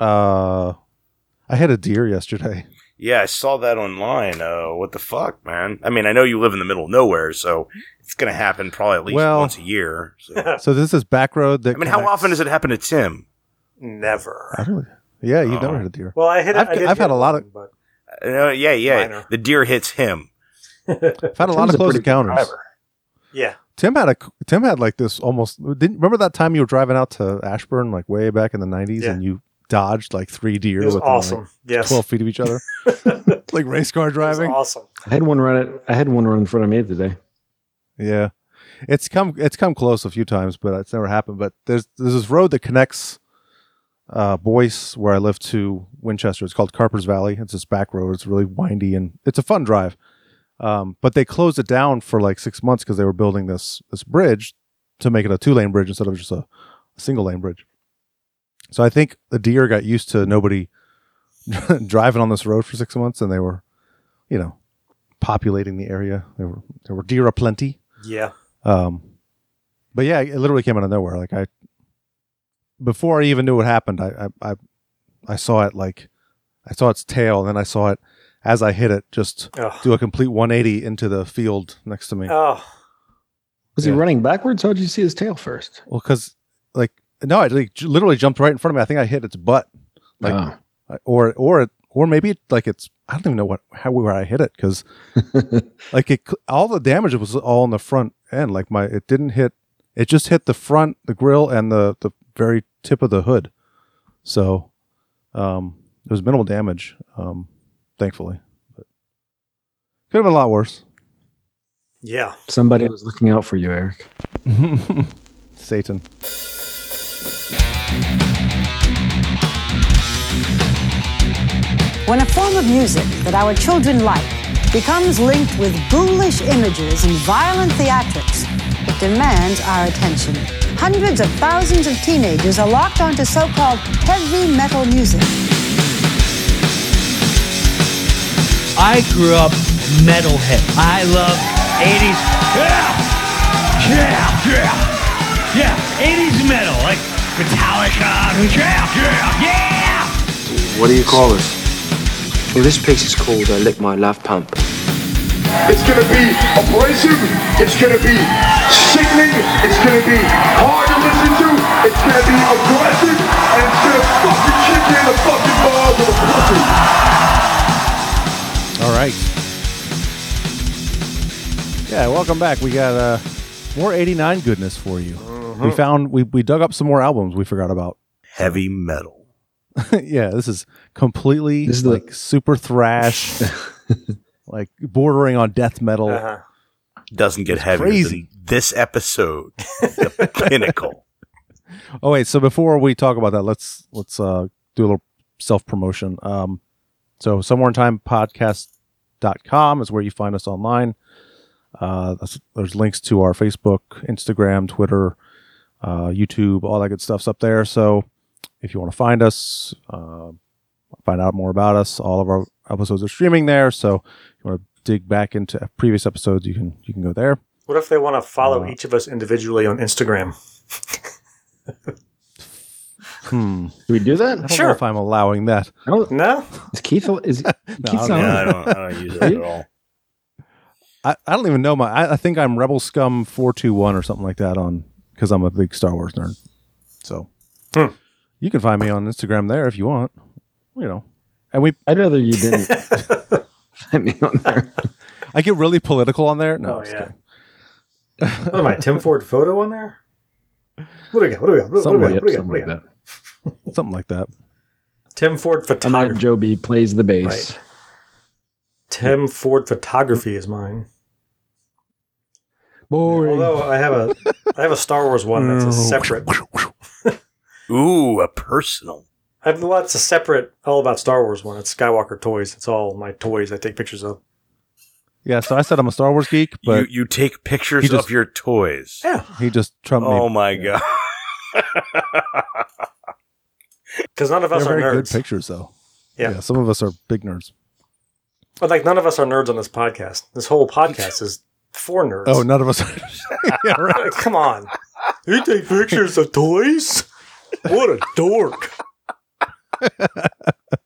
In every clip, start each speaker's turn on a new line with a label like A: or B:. A: Uh, I had a deer yesterday.
B: Yeah, I saw that online. Uh, what the fuck, man? I mean, I know you live in the middle of nowhere, so it's going to happen probably at least
A: Well-
B: once a year. So. I
A: So this is back road that.
B: mean, how
A: connects-
B: often does it happen to Tim?
A: I
C: Never.
A: don't- yeah, you've
B: Oh.
A: never had a deer.
C: Well, I hit.
A: I've-
C: I did
A: I've
C: hit
A: had a lot of-
C: one, but
B: Uh, yeah, yeah.
C: Minor.
B: The deer hits him.
A: I've had a lot of
D: Tim's a
A: close
D: pretty good
A: encounters.
D: driver.
C: yeah,
A: Tim had a Tim had like this almost didn't remember that time you were driving out to Ashburn like way back in the nineties
C: Yeah.
A: and you dodged like three deer
C: it was
A: within like,
C: awesome. yes,
A: twelve feet of each other,
C: it
A: like race car
C: was
A: driving.
C: awesome.
D: I had one run. At, I had one run in front of me today.
A: Yeah, it's come it's come close a few times, but it's never happened. But there's there's this road that connects uh, Boyce, where I live, to Winchester. It's called Carper's Valley. It's this back road. It's really windy and it's a fun drive. Um, but they closed it down for like six months because they were building this this bridge to make it a two lane bridge instead of just a, a single lane bridge. So I think the deer got used to nobody driving on this road for six months, and they were, you know, populating the area. There were there were deer aplenty.
C: Yeah,
A: Um, but yeah, it literally came out of nowhere. Like I, before I even knew what happened, I, I, I, I saw it like, I saw its tail, and then I saw it as I hit it just
C: oh,
A: do a complete 180 into the field next to me. Well, 'cause
C: oh,
D: Was
A: Yeah.
D: he running backwards? How'd you see his tail first?
A: well, because like no, I like, j- literally jumped right in front of me. I think I hit its butt, Like-
D: Oh.
A: I- or or it, or maybe it, like it's I don't even know what how where I hit it because
D: Oh.
A: like it cl- all the damage was all in the front end. Like my it didn't hit it just hit the front, the grill, and the the very tip of the hood. So um, there was minimal damage, um, thankfully. But could have been a lot worse.
C: yeah.
D: Somebody was looking out for you, Eric.
A: Satan.
E: When a form of music that our children like becomes linked with ghoulish images and violent theatrics, it demands our attention. Hundreds of thousands of teenagers are locked onto so called heavy metal music.
F: I grew up metalhead. I love 80s. Yeah! Yeah! Yeah! Yeah! 80s metal, like Metallica. Yeah! Yeah! Yeah!
G: What do you call this? Well, this piece is called I Lick My Love Pump.
H: It's gonna be abrasive. It's gonna be sickening. It's gonna be hard to listen to. It's gonna be aggressive, and it's gonna fucking kick you in the fucking balls with a pussy.
A: All right. Yeah, welcome back. We got uh, more '89 goodness for you. We found we, we dug up some more albums we forgot about.
B: Heavy metal.
A: yeah, this is completely
D: This is the-
A: like super thrash, like bordering on death metal.
C: Uh-huh.
B: Doesn't get heavier
A: crazy.
B: than this episode. the pinnacle.
A: Oh wait, so before we talk about that, let's let's uh, do a little self promotion. Um, so somewhere in time podcast.com is where you find us online. Uh, that's- there's links to our Facebook, Instagram, Twitter, uh, YouTube, all that good stuff's up there. So if you want to find us, uh, find out more about us, all of our episodes are streaming there. So if you want to dig back into previous episodes, you can you can go there.
C: What if they want to follow each of us individually on Instagram?
A: Hmm.
D: Do we do
A: I
D: that?
A: don't know
C: Sure.
A: if I'm allowing that.
D: I don't-
C: No,
D: Is Keith? Is Keith's
A: I don't
D: not
B: Yeah, I
D: on?
B: don't, I don't use it at all.
A: I, I don't even know my. I, I think I'm Rebel Scum four two one or something like that on because I'm a big Star Wars nerd. So
C: Hmm.
A: you can find me on Instagram there if you want. You know, and we
D: I'd rather you didn't find me on there.
A: I get really political on there. No,
C: Oh,
A: I'm just
C: yeah.
A: kidding.
C: what am I? Tim Ford photo on there? What do we got? What do we got? What do
D: Something
C: we
D: like,
C: got? What do we got? What
D: something
C: do we
D: like
C: got?
D: that.
A: something like that.
C: Tim Ford
D: And now
C: photography.
D: Joe B plays the bass.
C: Right. Tim Ford photography is mine.
D: Boring.
C: Although I have a, I have a Star Wars one that's a separate.
B: Ooh, a personal.
C: I have lots of separate all about Star Wars one. It's Skywalker toys. It's all my toys I take pictures of.
A: Yeah, so I said I'm a Star Wars geek, but
B: you you take pictures
A: He just-
B: of your toys.
C: Yeah,
A: he just trumped
B: Oh
A: me.
B: my god.
C: because none of
A: They're
C: us are
A: very good
C: nerds.
A: pictures though.
C: Yeah.
A: yeah, some of us are big nerds.
C: But like none of us are nerds on this podcast. This whole podcast is for nerds.
A: Oh, none of us. Are. yeah, right.
C: Like, Come on. You take pictures of toys? What a dork.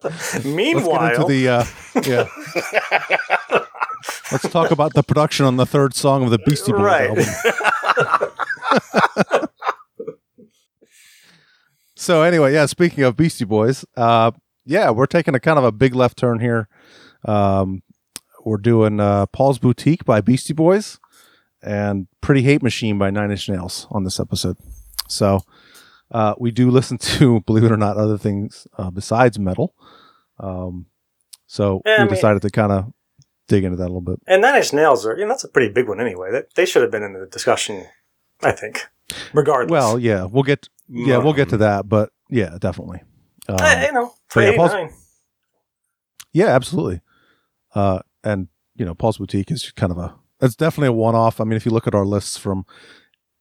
A: Let's
C: Meanwhile,
A: get into the uh, yeah. Let's talk about the production on the third song of the Beastie Boys
C: Right.
A: album. so anyway, yeah. Speaking of Beastie Boys, uh, yeah, we're taking a kind of a big left turn here. Um, we're doing uh, Paul's Boutique by Beastie Boys and Pretty Hate Machine by Nine Inch Nails on this episode. So uh, we do listen to, believe it or not, other things uh, besides metal. Um, so
C: Yeah, I
A: we
C: mean-
A: decided to kind of dig into that a little bit.
C: and Nine Inch Nails are you know that's a pretty big one anyway. That they should have been in the discussion, I think. Regardless,
A: Well, yeah, we'll get yeah we'll get to that, but yeah, definitely. Um,
C: Mm. I, Eh, you know, for
A: yeah, Paul's-
C: 89.
A: Yeah, absolutely. Uh, and you know, Paul's Boutique is kind of a it's definitely a one off. I mean, if you look at our lists from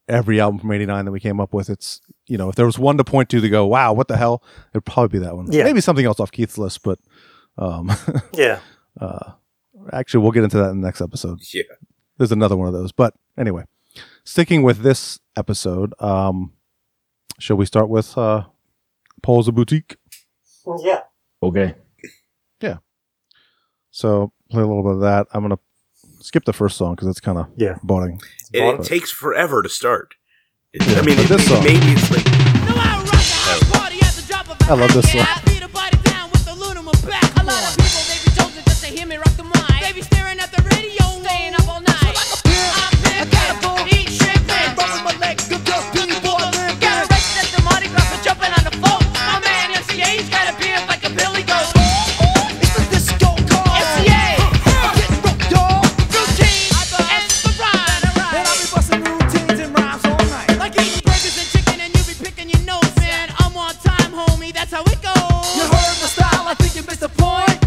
A: every album from '89 that we came up with, it's you know, if there was one to point to to go, wow, what the hell, it'd probably be that one.
C: Yeah.
A: maybe something else off Keith's list, but um,
C: yeah,
A: uh, actually, we'll get into that in the next episode.
B: Yeah.
A: There's another one of those, but anyway, sticking with this episode, um, shall we start with uh, Paul's Boutique?
C: yeah.
D: Okay.
A: So play a little bit of that. I'm gonna skip the first song because it's kind of
C: Yeah.
A: boring.
B: It, it
A: But-
B: takes forever to start. It, I mean,
A: But
B: it,
A: this song-
B: maybe it's like
A: I love this one. Oh,
I: That's how it goes. You heard the style, I think you missed the point.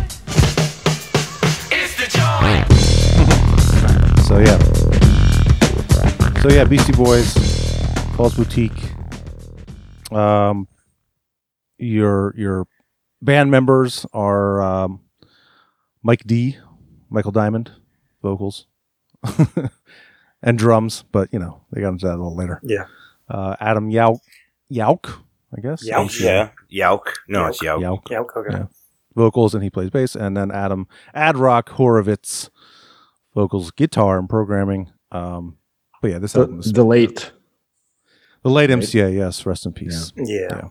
A: So yeah. So yeah, Beastie Boys, Paul's Boutique. Um, your your band members are um, Mike D, Michael Diamond, vocals, and drums. But you know they got into that a little later.
C: Yeah.
A: Uh, Adam Yauk, Yauk, I guess. Yauk,
C: Yauch,
B: yeah, Yauk. No, it's Yauk.
A: Yauk.
C: Yeah, okay.
A: Yeah. vocals and he plays bass and then adam adrock horovitz vocals guitar and programming um but yeah this
D: The,
A: album is
D: the late.
A: the late mca yes rest in peace
C: Yeah.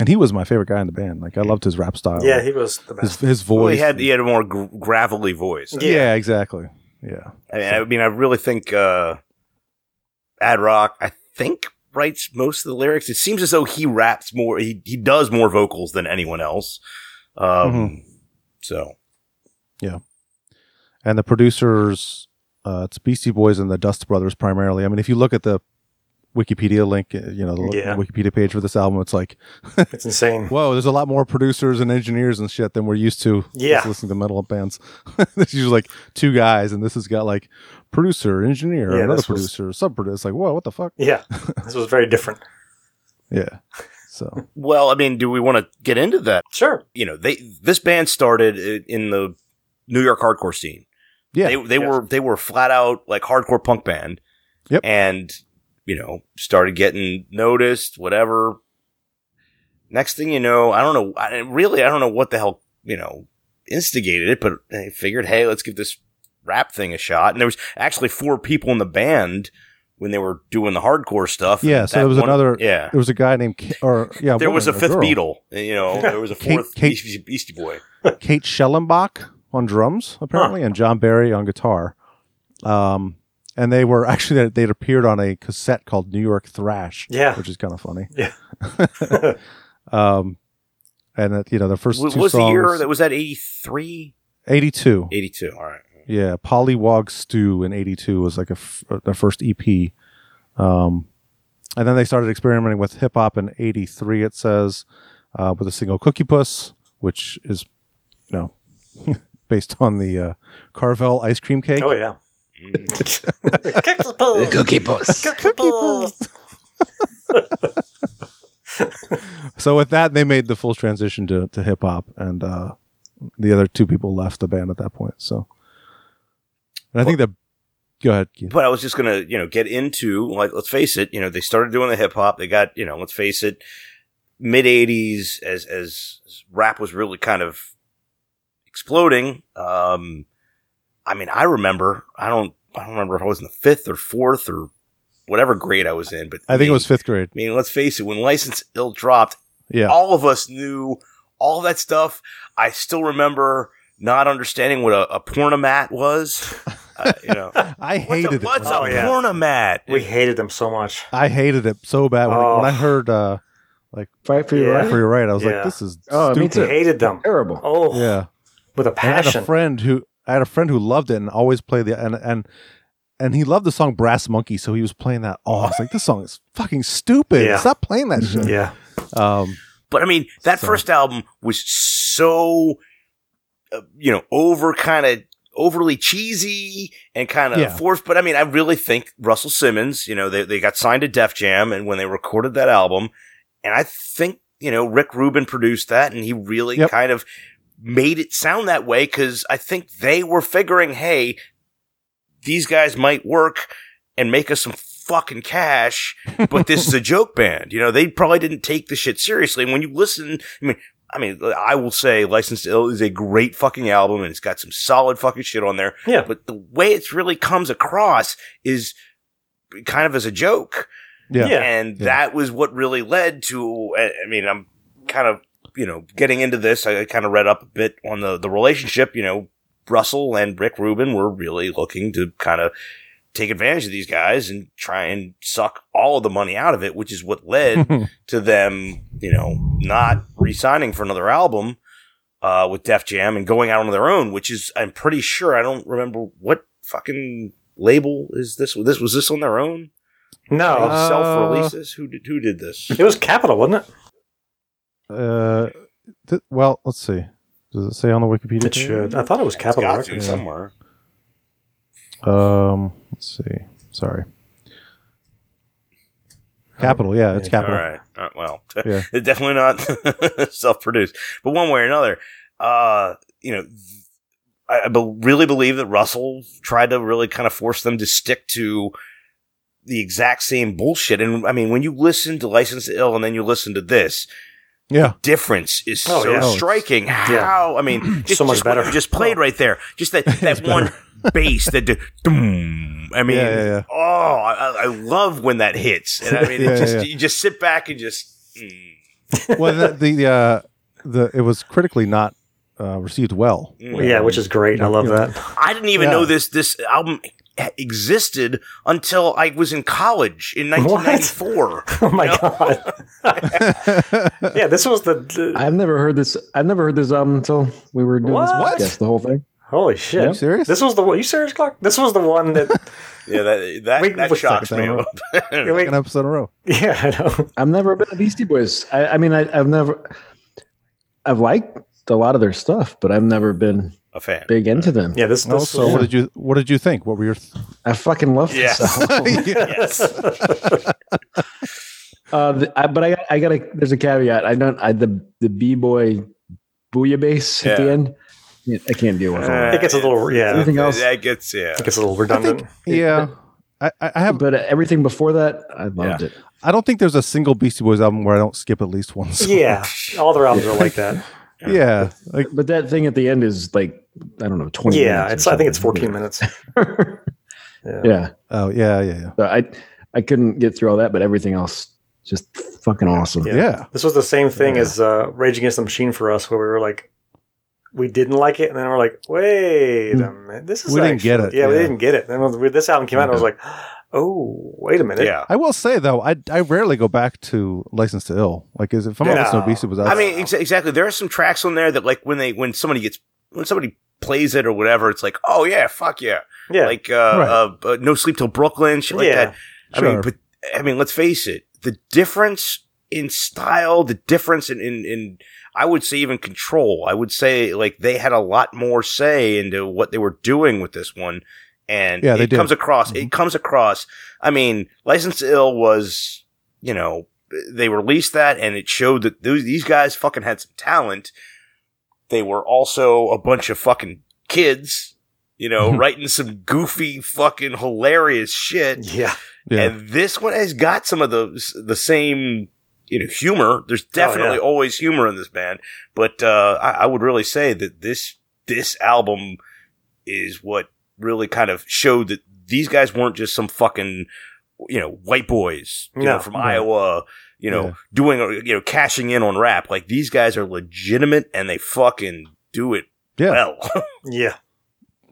A: and he was my favorite guy in the band like i loved his rap style
C: yeah, he was the
A: his,
C: best.
A: his voice
B: Well, he had he had a more gr- gravelly voice.
A: yeah.
C: Yeah.
A: exactly yeah
B: I mean, I, mean, I really think uh, Ad Rock. I think writes most of the lyrics. It seems as though he raps more. He he does more vocals than anyone else. Um,
A: Mm-hmm.
B: So
A: and the producers uh it's beastie boys and the dust brothers primarily i mean if you look at the wikipedia link uh, you know the
C: Yeah.
A: wikipedia page for this album it's like
C: It's insane.
A: Whoa, there's a lot more producers and engineers and shit than we're used to.
C: Yeah.
A: just listening to metal bands. There's usually like two guys, and this has got like producer, engineer,
C: Yeah,
A: another
C: this was-
A: producer, sub producer. It's like, whoa, what the fuck?
C: Yeah, this was very different.
A: Yeah. So
B: well, I mean, do we want to get into that?
C: Sure.
B: You know, they this band started i- in the New York hardcore scene.
A: yeah,
B: they they
C: Yeah.
B: were they were flat out like hardcore punk band.
A: Yep.
B: And you know, started getting noticed, whatever. Next thing you know, I don't know. I, really, I don't know what the hell you know instigated it, but I figured, hey, let's give this rap thing a shot. And there was actually four people in the band when they were doing the hardcore stuff.
A: Yeah,
B: And
A: so
B: that
A: there was another-
B: Yeah,
A: there was a guy named Ki- or yeah,
B: there
A: woman,
B: was a fifth
A: girl,
B: Beatle. You know, there was a
A: Kate-
B: fourth
A: Kate-
B: Beastie, Beastie Boy.
A: Kate Schellenbach on drums apparently, and John Barry on guitar. Um, and they were actually they'd appeared on a cassette called New York Thrash.
C: Yeah.
A: which is kind of funny.
C: Yeah.
A: um, and uh, you know the first
B: What
A: two
B: was the
A: songs.
B: year that was that 83?
A: 82.
B: 82. All right.
A: Yeah, Polywog Stew in 82 was like a f- uh, their first EP. Um, and then they started experimenting with hip hop in 83, it says, uh, with a single Cookie Puss, which is, you know, based on the uh, Carvel ice cream cake.
C: Oh yeah. Kick the
D: The
C: balls.
D: cookie puss.
C: Kick the balls.
A: So with that, they made the full transition to, to hip hop, and uh, the other two people left the band at that point. So, and I think that, go ahead. Keith.
B: But I was just gonna, you know, get into like let's face it, you know, they started doing the hip hop. They got, you know, let's face it, mid '80s, as as rap was really kind of exploding. Um, I mean, I remember. I don't. I don't remember if I was in the fifth or fourth or whatever grade I was in, but
A: I think it
B: mean-
A: was fifth grade.
B: I mean, let's face it. When License Ill dropped,
A: Yeah.
B: all of us knew all that stuff. I still remember not understanding what a, a pornomat was. Uh, you know,
A: I
B: what's a,
A: hated it.
B: what's a
C: Oh, yeah.
B: pornomat?
C: We hated them so much.
A: I hated it so bad when, I, when I
C: Oh.
A: heard uh,
D: Fight for your
C: Yeah.
D: life.
A: "For Your Right." I was
C: Yeah.
A: like, "This is
D: Oh, me
A: stupid."
C: We
D: too.
C: hated them.
D: Terrible.
C: Oh,
A: Yeah.
C: with a
A: And I had a
C: passion.
A: friend who I had a friend who loved it and always played the and and and he loved the song Brass Monkey, so he was playing that. Oh, I was like, this song is fucking stupid.
C: Yeah. Mm-hmm.
A: Stop playing that shit.
C: Yeah.
A: Um,
B: But I mean, that
A: So-
B: first album was so, uh, you know, over kind of overly cheesy and kind of
A: Yeah.
B: forced. But I mean, I really think Russell Simmons, you know, they, they got signed to Def Jam and when they recorded that album, and I think, you know, Rick Rubin produced that and he really
A: Yep.
B: kind of made it sound that way because I think they were figuring, hey, these guys might work and make us some fucking cash, but this is a joke band. You know, they probably didn't take the shit seriously. And when you listen, I mean, I mean, I will say Licensed Ill is a great fucking album and it's got some solid fucking shit on there.
C: Yeah.
B: But the way it really comes across is kind of as a joke.
A: yeah.
C: Yeah.
B: And
A: Yeah.
B: that was what really led to, I I mean, I'm kind of, you know, getting into this. I kind of read up a bit on the, the relationship, you know, Russell and Rick Rubin were really looking to kind of take advantage of these guys and try and suck all of the money out of it, which is what led to them, you know, not re-signing for another album uh, with Def Jam and going out on their own, which is, I'm pretty sure, I don't remember what fucking label is this. This was this on their own?
C: No,
A: Uh,
B: Self releases? Who did who did this?
C: it was Capital, wasn't it?
A: Uh, th- well, let's see. Does it say on the Wikipedia?
C: It should. I thought it was Capital.
B: Got
C: Records.
B: to somewhere.
A: Um, let's see. Sorry. Capital. Yeah, it's
B: All
A: capital.
B: right. Uh, well,
A: Yeah.
B: it's definitely not self-produced, but one way or another, uh, you know, I, I be- really believe that Russell tried to really kind of force them to stick to the exact same bullshit. And I mean, when you listen to License to Ill and then you listen to this,
A: Yeah.
B: difference is
C: Oh,
B: so
C: yeah. Oh,
B: striking. How I mean, just,
C: So much
B: just what
C: better. Oh.
B: you just played right there. Just that that one bass that. Do, doom. I mean,
A: Yeah, yeah, yeah.
B: oh, I, I- I love when that hits. And I mean,
A: Yeah,
B: it just
A: yeah, yeah.
B: you just sit back and just. mm,
A: Well, the the, uh, the it was critically not uh, received well.
B: mm.
C: Yeah, which is great. I love that.
B: I didn't even
A: Yeah.
B: know this this album existed until I was in college in
C: What?
B: 1994.
C: Oh my god. yeah, this was the, the-
D: I've never heard this. I've never heard this album until we were doing
C: What?
D: this podcast. The whole thing.
C: holy shit.
A: Are you serious?
C: This was the one. You serious, Clark? This was the one that.
B: Yeah, that that,
C: Wait,
B: that
C: what's
B: shocks
A: that?
B: me.
C: yeah, wait,
A: Second episode in a row.
C: yeah, I know.
D: I've never been a Beastie Boys. I, I mean, I, I've never. I've liked a lot of their stuff, but I've never been
B: A fan.
D: big into them.
C: Yeah, this. this
A: No, Oh, so
C: was-
A: what did you what did you think? What were your th-
D: I fucking love
B: Yes.
D: this album.
B: Yes.
D: Uh, the, I, but I, I got a. There's a caveat. I don't. I the the b boy, booyah bass at
B: Yeah.
D: the end. Yeah, I can't deal with all that.
C: it gets a little. Yeah,
D: Anything else?
B: That gets yeah.
C: it gets a little redundant.
A: yeah? I, I
C: Uh,
A: I have
D: But everything before that, I loved it.
A: I don't think there's a single Beastie Boys album where I don't skip at least one song.
C: yeah, all their albums are like that.
A: Yeah, like
D: But that thing at the end is like I don't know twenty.
C: Yeah,
D: minutes
C: it's.
D: or
C: I think it's
D: something.
C: 14 minutes. Yeah.
D: yeah,
A: oh yeah, yeah, yeah.
D: so I I couldn't get through all that, but everything else just fucking awesome.
C: Yeah.
A: Yeah.
C: This was the same thing as uh, Rage Against the Machine for us, where we were like, we didn't like it, and then we're like, wait a minute, this is
A: We didn't get
C: actually-
A: it,
C: Yeah, we
A: yeah.
C: didn't get it. Then when this album came out, I was like, oh, wait a minute.
B: Yeah.
A: I will say though, I I rarely go back to License to Ill. Like, is if I'm not
C: Yeah.
A: listening to Beastie Boys,
B: I mean, ex- exactly. There are some tracks on there that, like, when they when somebody gets when somebody plays it or whatever, it's like, oh yeah, fuck yeah,
C: yeah,
B: like uh,
A: Right.
B: uh, uh, no sleep till Brooklyn, shit like
C: Yeah.
B: that. I mean,
A: Sure.
B: but I mean, let's face it, the difference in style, the difference in, in in I would say even control. I would say like they had a lot more say into what they were doing with this one, and
A: Yeah, they did.
B: it
A: Mm-hmm.
B: comes across. It comes across. I mean, License to Ill was you know they released that and it showed that those, these guys fucking had some talent. They were also a bunch of fucking kids, you know, writing some goofy fucking hilarious shit.
C: yeah,
A: yeah,
B: And this one has got some of the the same you know humor.
A: Oh,
B: There's definitely
C: yeah.
B: always humor in this band, but uh, I, I would really say that this this album is what really kind of showed that these guys weren't just some fucking you know white boys you
C: No,
B: know from Iowa. You know, doing or, you know cashing in on rap like these guys are legitimate and they fucking do it
A: Yeah.
B: well.
C: Yeah.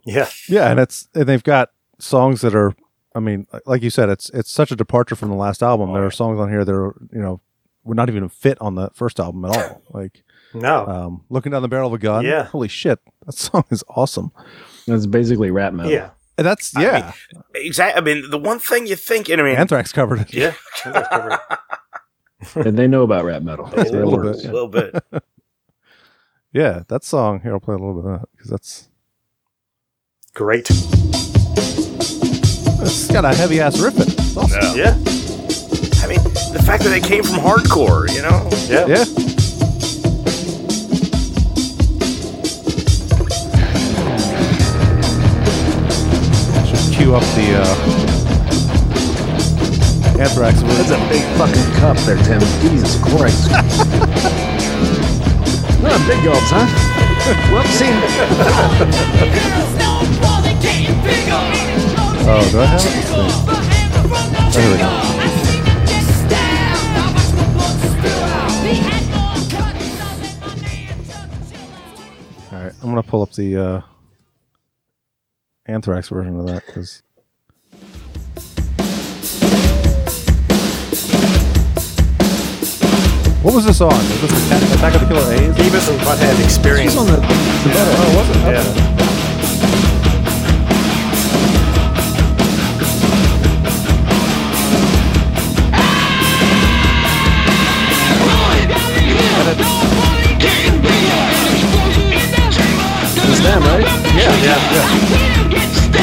C: Yeah.
A: Yeah, and it's and they've got songs that are I mean, like you said, it's it's such a departure from the last album. There are songs on here that are, you know, would not even fit on the first album at all. Like
C: No.
A: um, looking down the barrel of a gun.
C: Yeah.
A: Holy shit. That song is awesome.
D: That's basically rap metal.
C: yeah.
A: And that's yeah.
B: exactly. I mean, the one thing you think, and I mean,
A: Anthrax covered it.
C: Yeah. That's covered.
D: and they know about rap metal.
A: A little bit.
B: Oh, a little bit.
A: Yeah, that song. Here, I'll play a little bit of that because that's
C: Great.
A: it's got a heavy ass riff. in it. It's awesome.
B: Yeah.
C: Yeah.
B: I mean, the fact that they came from hardcore, you know?
C: Yeah.
A: Yeah. Should cue up the uh, Anthrax.
D: That's a big fucking cup there, Tim. Jesus Christ. Not big gulps, huh? Whoopsie.
I: Oh,
A: do I have it? There we go. All right, I'm gonna pull up the uh, Anthrax version of that because what was this on? Was this Attack- Attack of the Killer A's?
C: Beavis and Butthead experience.
D: It's on the- the bottom.
A: Oh, was it?
C: Yeah.
D: It's them, right?
C: Yeah. Yeah. yeah.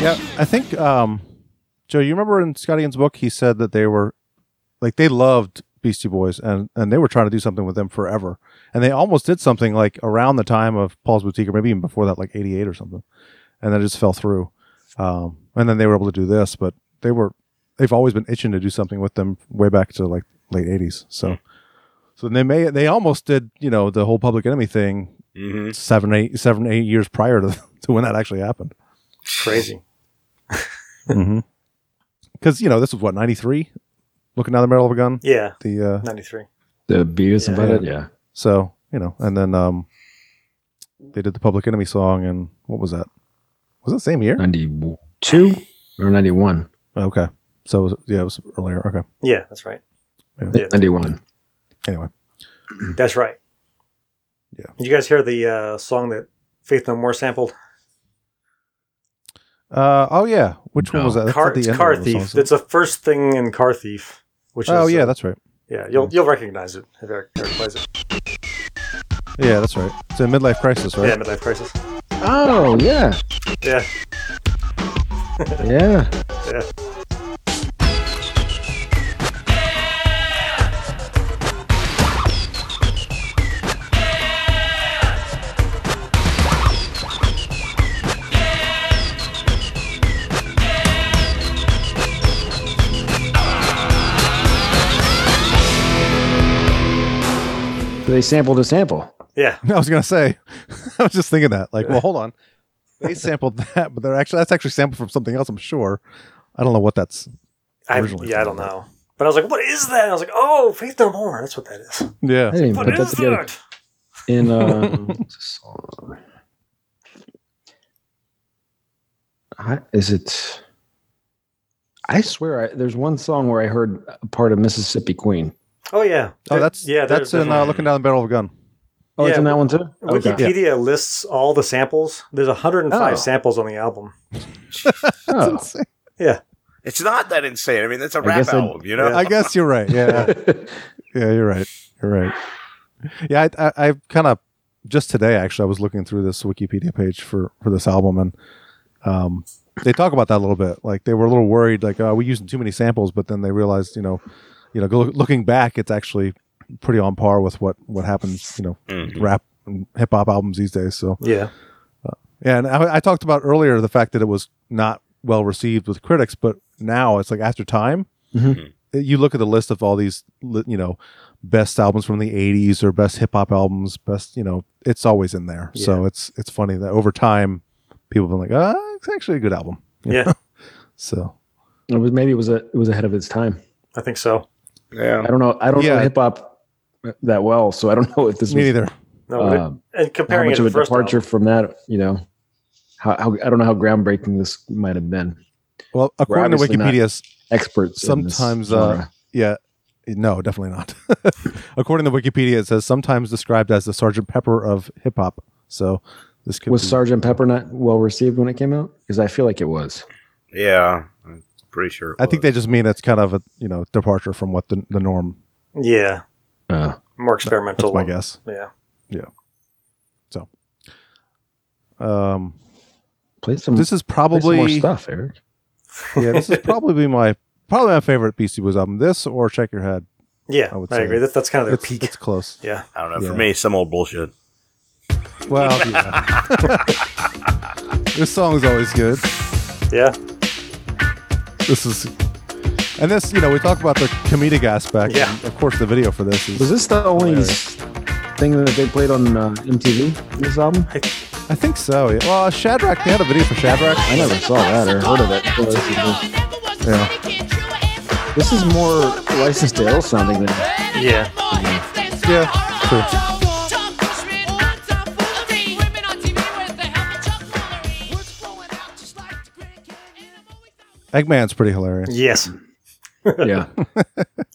A: Yeah, I think um, Joe, you remember in Scott Ian's book, he said that they were like they loved Beastie Boys and and they were trying to do something with them forever, and they almost did something like around the time of Paul's Boutique or maybe even before that, like '88 or something, and that just fell through. Um, and then they were able to do this, but they were they've always been itching to do something with them way back to like late '80s. So. So they may they almost did you know the whole Public Enemy thing
B: Mm-hmm.
A: seven eight seven eight years prior to, to when that actually happened
C: Crazy. Mm-hmm.
A: because you know this was what ninety three, looking down the barrel of a gun.
C: Yeah.
A: The uh,
C: 93.
D: The Beavis
C: Yeah.
D: and Butthead, yeah.
A: so you know, and then um, they did the Public Enemy song, and what was that? Was it the same year? Oh,
D: 92 or 91?
A: Okay, so it was, yeah, it was earlier. Okay,
C: Yeah, that's right.
A: Yeah.
C: Yeah,
D: 91.
A: anyway,
C: that's right.
A: Yeah.
C: Did you guys hear the uh, song that Faith No More sampled?
A: uh, oh yeah, which one was that? That's
C: car
A: at the
C: it's
A: end
C: car
A: of the
C: Thief.
A: song, so-
C: It's the first thing in Car Thief, which
A: oh
C: is
A: yeah,
C: uh,
A: that's right.
C: yeah. You'll you'll recognize it if Eric, Eric plays it.
A: Yeah, that's right. It's a midlife crisis,
C: Yeah,
A: right?
C: midlife crisis.
D: Oh, yeah.
C: Yeah,
D: Yeah.
C: yeah.
D: They sampled a sample.
C: Yeah,
A: I was gonna say, I was just thinking that. Like, well, hold on, they sampled that, but they're actually that's actually sampled from something else. I'm sure. I don't know what that's.
C: I,
A: Originally
C: yeah, I don't know. But I was like, "What is that?" And I was like, "Oh, Faith No More. That's what that is."
A: Yeah.
D: I didn't even
C: What
D: put that
C: is
D: together.
C: that?
D: In, um, song. I- is it? I swear, I, there's one song where I heard a part of Mississippi Queen.
C: Oh yeah.
A: Oh, that's yeah,
C: yeah. there-
A: that's
C: there's
A: in uh,
C: one.
A: looking down the barrel of a gun.
D: Oh, it's
C: Yeah,
D: in that one too. Okay.
C: Wikipedia lists all the samples. There's 105
D: Oh.
C: samples on the album.
D: Oh.
C: Yeah,
B: It's not that insane. I mean, that's a rap
D: guess I-
B: album, you know?
A: I guess you're right. Yeah, yeah, you're right. You're right. Yeah, I, I, I kind of just today actually I was looking through this Wikipedia page for for this album and um they talk about that a little bit. Like they were a little worried, like oh, we're using too many samples, but then they realized, you know, you know, go, looking back, it's actually pretty on par with what what happens, you know,
B: Mhm.
A: rap and hip hop albums these days. So
C: Yeah.
A: yeah, and I, I talked about earlier the fact that it was not well received with critics, but now it's like after time,
D: Mhm.
A: you look at the list of all these, li- you know, best albums from the '80s or best hip hop albums, best, you know, it's always in there. So it's it's funny that over time, people have been like, ah, it's actually a good album.
C: Yeah.
A: So
D: It was maybe it was a, it was ahead of its time.
C: I think so.
B: Yeah.
D: I don't know. I don't know
A: Yeah.
D: hip hop that well, so I don't know if this
A: me
D: was
A: neither.
C: No, but-
A: Uh,
D: Um,
C: and
D: how
C: comparing
D: much
C: it
D: of
C: to
D: a
C: the first
D: departure
C: album,
D: from that. You know, how, how I don't know how groundbreaking this might have been.
A: Well, according to
D: obviously not-
A: Wikipedia, s-
D: Experts in this
A: Sometimes, uh,
D: genre.
A: Yeah. No, definitely not. According to Wikipedia, it says sometimes described as the Sergeant Pepper of hip hop. So this could
D: was
A: be-
D: Sergeant Pepper not well received when it came out? Because I feel like it was.
B: Yeah. I'm pretty sure.
A: I think they just mean it's kind of a you know departure from what the, the norm.
C: yeah,
D: Uh,
C: more experimental.
A: That's my
C: one.
A: guess.
C: Yeah.
A: Um,
D: play some.
A: this is
D: play some
A: probably
D: more stuff, Eric.
A: yeah. This is probably my probably my favorite Beastie Boys album. This or Check Your Head.
C: Yeah,
A: I
C: I,
A: would say.
C: agree. That, that's kind of their
A: It's,
C: peak.
A: it's close.
C: yeah.
B: I don't know. For
A: Yeah.
B: me, some old bullshit.
A: Well, yeah. this song's always good.
C: Yeah.
A: This is. And this, you know, we talk about the comedic aspect.
C: Yeah.
A: and Of course, the video for this is
D: Was this the only
A: Hilarious.
D: thing that they played on uh, MTV? This album?
A: I think so. yeah. Well, Shadrach, they had a video for Shadrach.
D: I never saw that or heard of it. until this evening. This is more licensed to ill sounding than
C: Yeah.
A: Yeah, true. Eggman's pretty hilarious.
C: Yes.
D: yeah.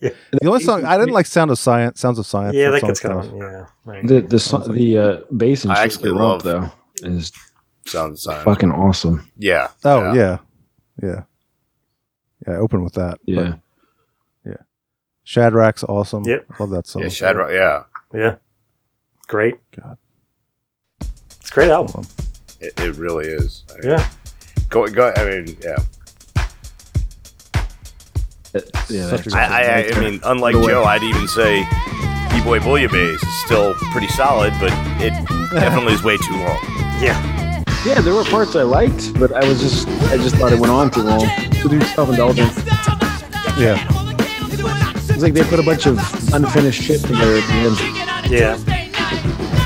A: The only song I didn't like Sound of Science. Sounds of Science.
C: Yeah,
A: that
C: that
A: song's
C: gets kind of yeah. I agree.
D: The the so- the uh, bass and
B: I
D: shit
B: actually
D: they
B: love-
D: wrote, though is
B: Sound design.
D: fucking awesome.
B: Yeah.
A: Oh yeah, yeah, yeah. Open with that. But
D: Yeah.
A: Shadrach's awesome.
C: Yep.
A: love that song.
B: Yeah. Shadrach. Yeah.
C: Yeah. Great.
A: God.
C: It's a great album.
B: It, it really is. I mean,
C: Yeah.
B: Go, go. I mean, yeah.
D: It- Uh, yeah.
A: Such a
D: that-
A: good-
B: I, I, I mean, unlike Joe, I'd even say B-Boy Bouillabaisse is still pretty solid, but it definitely is way too long.
C: Yeah.
D: yeah, there were parts I liked, but I was just I just thought it went on too long. To do self indulgent.
A: yeah.
D: It's like they put a bunch of unfinished shit together at the end.
C: Yeah.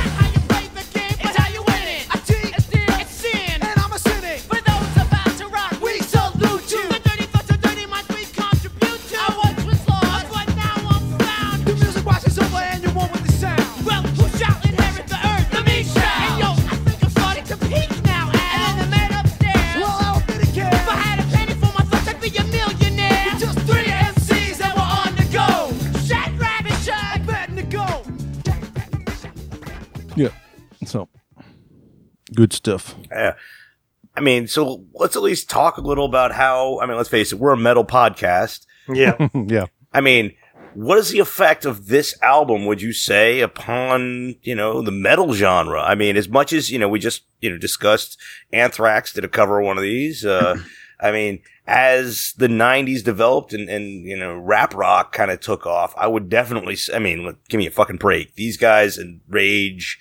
I: Just three MCs that were on the go. Shit, rabbit, shot, bad to go.
A: Yeah. So good stuff.
B: Yeah. I mean, so let's at least talk a little about how, I mean, let's face it, we're a metal podcast.
C: Yeah.
A: yeah.
B: I mean, what is the effect of this album, would you say, upon, you know, the metal genre? I mean, as much as, you know, we just, you know, discussed Anthrax did a cover of one of these. Uh, I mean, as the 90s developed and, and you know, rap rock kind of took off, I would definitely, s- I mean, look, give me a fucking break. These guys and Rage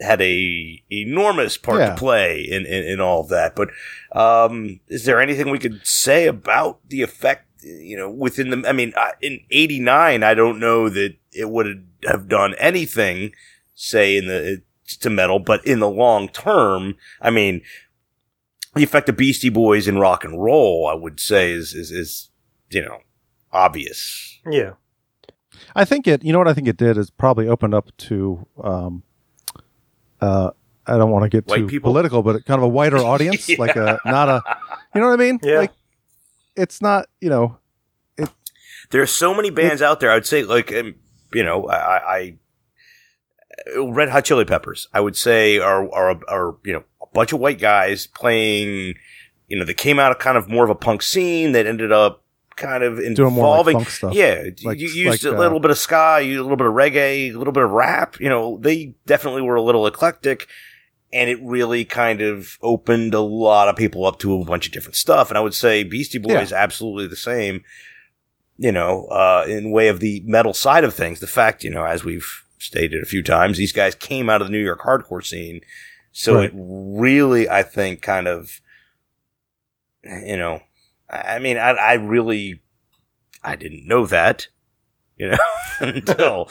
B: had a enormous part
A: Yeah.
B: to play in, in, in all of that. But um, is there anything we could say about the effect, you know, within the, I mean, I- in 89, I don't know that it would have done anything, say, in the, uh, to metal, but in the long term, I mean, the effect of Beastie Boys in rock and roll, I would say, is, is, is you know, obvious.
C: Yeah.
A: I think it. You know what I think it did is probably opened up to. Um, uh, I don't want to get
B: White
A: too
B: people?
A: political, but kind of a wider audience,
B: Yeah.
A: like a not a. You know what I mean?
C: Yeah.
A: Like, it's not. You know.
B: There are so many bands out there. I would say, like, um, you know, I, I- I Red Hot Chili Peppers. I would say are are are you know a bunch of white guys playing. You know, they came out of kind of more of a punk scene that ended up kind of
A: Doing more like
B: involving
A: funk stuff.
B: Yeah,
A: Like-
B: you used
A: like,
B: a
A: uh,
B: little bit of ska, you used a little bit of reggae, a little bit of rap. You know, they definitely were a little eclectic, and it really kind of opened a lot of people up to a bunch of different stuff. And I would say Beastie Boys absolutely the same. you know, uh, in way of the metal side of things, the fact, you know, as we've stated a few times, these guys came out of the New York hardcore scene. So
A: Right.
B: it really, I think, kind of, you know, I I mean, I, I really, I didn't know that, you know, until,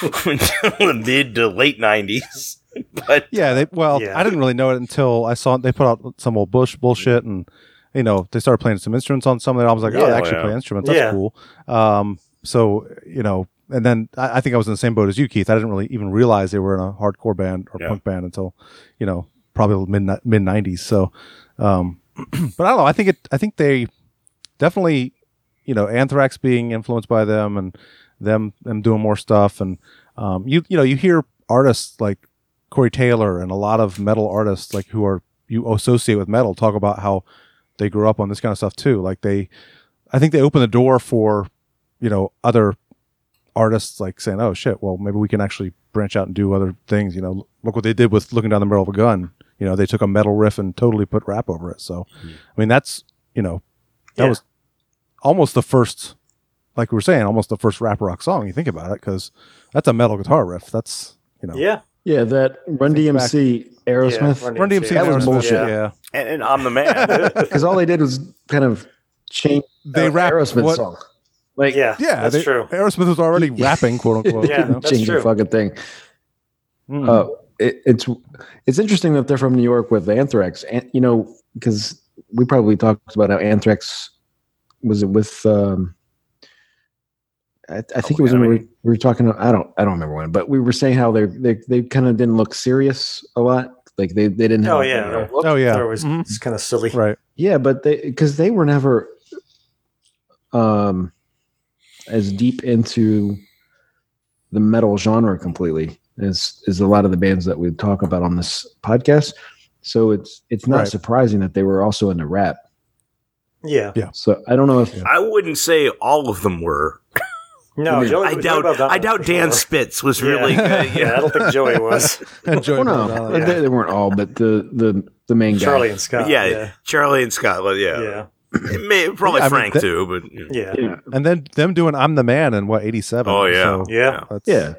B: until the mid to late 90s. But
A: Yeah, they well,
C: Yeah.
A: I didn't really know it until I saw they put out some old Bush bullshit and you know, they started playing some instruments on some of the albums like,
C: Yeah.
A: oh, they actually
B: Oh, yeah.
A: play instruments. That's
C: Yeah.
A: cool. Um so, you know, and then I, I think I was in the same boat as you, Keith. I didn't really even realize they were in a hardcore band or
B: Yeah.
A: punk band until, you know, probably mid mid nineties. So um but I don't know. I think it I think they definitely, you know, Anthrax being influenced by them and them them doing more stuff and um, you you know you hear artists like Corey Taylor and a lot of metal artists like who are you associate with metal talk about how they grew up on this kind of stuff too. Like they, I think they open the door for you know other artists like saying, oh shit, well maybe we can actually branch out and do other things. You know, look what they did with looking down the barrel of a gun. You know, they took a metal riff and totally put rap over it. So, I mean, that's you know, that
C: Yeah.
A: was almost the first, like we were saying, almost the first rap rock song. You think about it, because that's a metal guitar riff. That's you know,
C: Yeah.
D: Yeah, that Run
A: Think back.
D: DMC Aerosmith.
C: Yeah,
A: Run DMC.
D: That was
A: Aerosmith,
D: bullshit.
A: Yeah.
B: and, and I'm the man.
D: because all they did was kind of change
A: They
D: the
A: rap
D: Aerosmith
A: what-
D: song.
C: Like, yeah,
A: Yeah,
C: that's
A: they-
C: true.
A: Aerosmith was already rapping, quote unquote.
C: Yeah.
A: you know?
C: that's
D: change the
C: true.
D: fucking thing.
A: Mm.
D: Uh, it, it's it's interesting that they're from New York with Anthrax, and you know, because we probably talked about how Anthrax was it with. Um, I, I think it was when we,
B: Enemy.
D: were- we were talking. I don't I don't remember when, but we were saying how they they they kind of didn't look serious a lot. Like they they didn't. Have,
C: Oh, yeah.
B: Yeah.
A: oh yeah,
C: They're always
B: Mm-hmm.
A: Mhm.
C: it's kind of silly.
A: right.
D: Yeah, but they because they were never um as deep into the metal genre completely as is a lot of the bands that we talk about on this podcast. So it's it's not
A: Right.
D: surprising that they were also into rap.
C: Yeah.
D: So I don't know if
B: I wouldn't say all of them were.
C: No, Joey,
B: Mm-hmm. I
C: we talked
B: doubt.
C: about that
B: I
C: one
B: doubt
C: before.
B: Dan Spitz was
C: Yeah.
B: really good.
C: Yeah, I
B: Yeah.
C: don't think Joey was.
A: Enjoy
D: well,
A: Bob
D: no,
A: Dylan.
C: Yeah.
D: they, they weren't all, but the the the main guy.
C: Charlie and Scott.
B: yeah,
C: Yeah.
B: Charlie and Scotland. Yeah,
C: Yeah.
B: It may- probably
A: I mean,
B: Frank
A: that-
B: too. But you know.
C: Yeah.
D: Yeah.
A: And then them doing "I'm the Man" in what '87.
B: Oh, yeah.
C: Yeah.
A: that's,
D: yeah.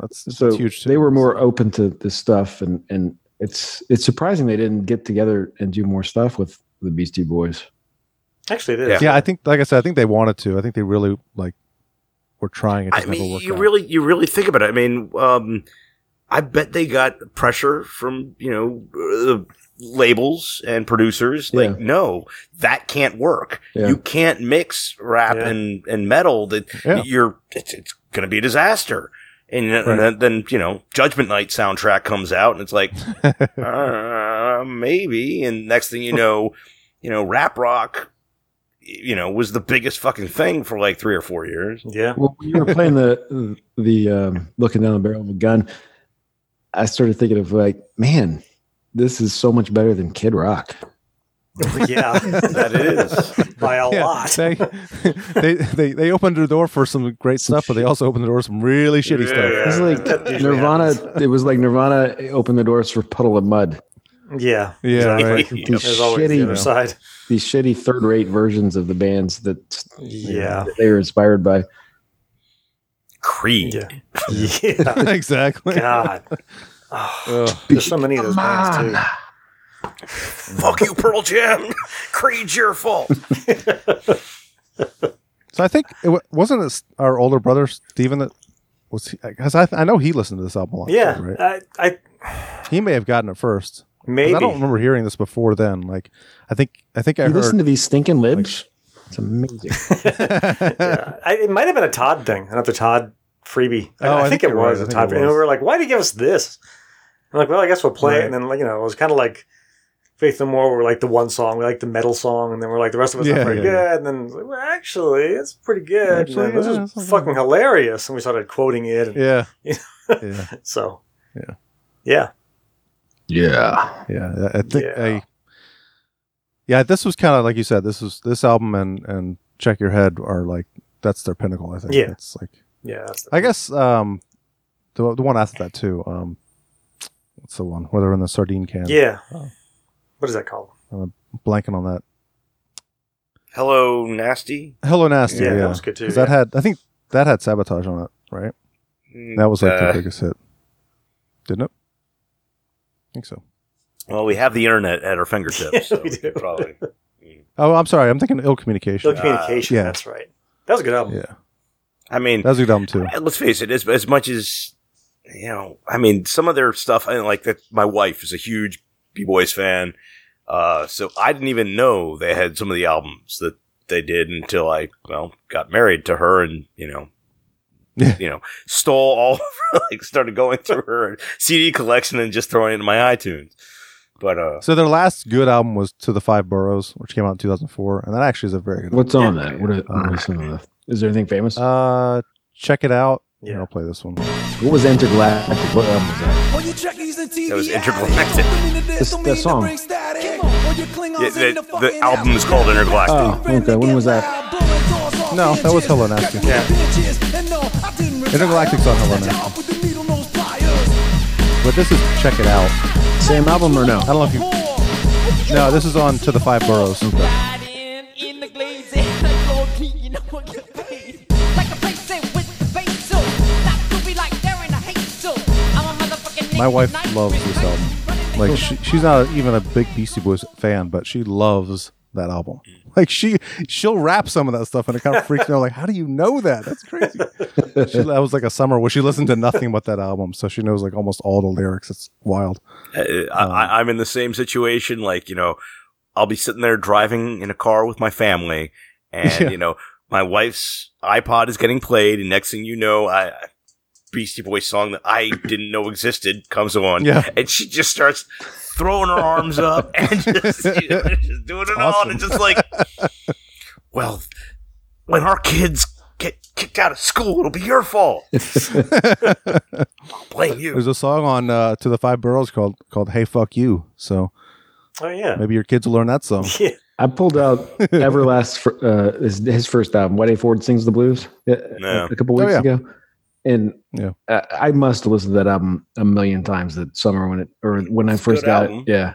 A: that's,
D: so
A: that's huge. too.
D: they were more open to this stuff and and it's it's surprising they didn't get together and do more stuff with the beastie boys
C: Actually, it is.
B: Yeah.
A: Yeah, I think, like I said, I think they wanted to. I think they really like were trying. It
B: I
A: just never
B: mean,
A: worked
B: you
A: out.
B: really, you really think about it. I mean, um, I bet they got pressure from you know the labels and producers.
D: Yeah.
B: Like, no, that can't work.
D: Yeah.
B: You can't mix rap
C: Yeah.
B: and and metal. That
A: Yeah.
B: you're, it's, it's going to be a disaster. And, then-
A: Right.
B: and then, then you know, Judgment Night soundtrack comes out, and it's like, uh, maybe. And next thing you know, you know, rap rock, you know, was the biggest fucking thing for like three or four years.
C: Yeah.
D: well when you were playing the the um, looking down the barrel of a gun i started thinking of like man this is so much better than kid rock
C: Yeah.
B: That is.
C: By a
A: Yeah,
C: lot.
A: They, they they they opened the door for some great stuff, but they also opened the door for some really shitty
B: Yeah.
A: stuff.
D: it's like
C: that usually
D: nirvana
C: happens.
D: it was like nirvana opened the doors for puddle of mud
C: Yeah.
A: Yeah, right.
D: these
C: There's always
D: shitty
C: the other side.
D: these shitty third-rate versions of the bands that
C: Yeah.
D: that they were inspired by
B: Creed.
C: Yeah. Yeah.
A: exactly.
C: God. Oh,
A: Ugh.
C: there's so many of those bands, too.
B: Fuck you, Pearl Jam. Creed's your fault.
A: So I think it wa- wasn't it s- our older brother Steven that was because I I know he listened to this album a lot. too,
C: Yeah.
A: right?
C: I, I,
A: He may have gotten it first. 'Cause
C: maybe.
A: I don't remember hearing this before then. Like I think I think I
D: you
A: heard.
D: listen to these stinking libs it's amazing
C: Yeah. I, it might have been a Todd thing, another Todd freebie. I,
A: Oh,
C: I
A: I
C: think,
A: think
C: it
A: you're right.
C: was
A: I
C: a
A: think
C: Todd
A: it
C: freebie. And we
A: was.
C: were like, why do you give us this? I'm like, well, I guess we'll play it.
A: Right.
C: And then, like, you know, it was kind of like Faith No More were like the one song, we like the metal song. And then we're like, the rest of us
A: Yeah,
C: not very
A: yeah,
C: good.
A: yeah.
C: And then, it was like, well, actually, it's pretty good.
A: Actually,
C: and then,
A: yeah,
C: this
A: it's
C: is
A: not
C: fucking hilarious. And we started quoting it. And
A: yeah.
C: Yeah.
A: yeah.
C: So,
A: Yeah.
C: Yeah.
D: Yeah.
A: Yeah, I I think
C: Yeah.
A: I. Yeah, this was kind of like you said. This was this album and and check your head are like that's their pinnacle. I think.
C: Yeah.
A: it's like
C: Yeah. That's the,
A: I guess um, the the one after that too. Um, what's the one where they're in the sardine can?
C: yeah.
A: Oh.
C: What is that called?
A: blanking on that.
B: Hello, nasty.
A: Hello Nasty.
C: Yeah,
A: Yeah,
C: that was good too,
A: 'Cause
C: yeah.
A: that had I think that had sabotage on it, right? That was like
B: Uh,
A: the biggest hit, didn't it? I think so.
B: Well, we have the internet at our fingertips.
C: Yeah,
B: so
C: we do.
B: Probably.
A: Oh, I'm sorry. I'm thinking ill
C: Ill
A: communication.
C: communication.
A: yeah.
C: That's right. That was a good album.
A: Yeah,
B: I mean,
A: that was a good album too.
B: And let's face it, as, as much as you know, I mean, some of their stuff, I like that. My wife is a huge B Boys fan, uh, so I didn't even know they had some of the albums that they did until I, well, got married to her, and you know,
A: Yeah.
B: you know, stole all, of her, like, started going through her CD collection and just throwing it into my iTunes. But uh,
A: So their last good album was To the Five Boroughs, which came out in 2004, and that actually is a very good.
D: What's on that? What are,
A: Uh,
D: what are some of the- Is there anything famous?
A: album. Uh, check it out. Yeah,
C: Yeah.
A: I'll play this one.
D: what was Intergalactic? What album was that?
B: that was intergalactic.
D: This, that song.
B: Yeah, the, the album is called Intergalactic.
D: Oh, okay. When was that?
A: No, that was Hello Nasty.
C: Yeah.
A: Intergalactic's on Hello Nasty, but this is Check It Out.
D: Same album or no?
A: I don't know if you. No, this is on To the Five Boroughs.
I: Riding in the glades and I go deep, you know what you paid. Like a basin with basil. Not groovy like there in a hazel. I'm a motherfucking
A: My
I: nigga,
A: wife
I: nice
A: loves
I: with
A: this
I: rice,
A: album.
I: running
A: Like
I: nigga,
A: she, she's not even a big Beastie Boys fan, but she loves that album.
C: Mm.
A: Like she she'll rap some of that stuff, and it kind of freaks me out. Like, how do you know that? That's crazy. she, that was like a summer where she listened to nothing but that album, so she knows like almost all the lyrics. It's wild.
B: Uh, I,
A: Uh-huh.
B: I, I'm in the same situation. Like, you know, I'll be sitting there driving in a car with my family, and,
A: Yeah.
B: you know, my wife's iPod is getting played, and next thing you know, I. I- Beastie Boys song that I didn't know existed comes on,
A: Yeah.
B: and she just starts throwing her arms up and just, you know, just doing it all,
A: Awesome.
B: and just like, well, when our kids get kicked out of school, it'll be your fault. I'll blame you.
A: There's a song on uh, to the Five Boroughs called called "Hey Fuck You," so
C: Oh yeah.
A: maybe your kids will learn that song.
C: yeah.
D: I pulled out Everlast, for, uh, his, his first album, What A Ford Sings the Blues, uh,
B: Yeah.
D: a couple
A: Oh,
D: weeks
A: yeah.
D: ago. And
A: Yeah.
D: I, I must have listened to that album a million times that summer when it, or when I
B: It's a
D: first
B: good
D: got
B: album.
D: it. Yeah.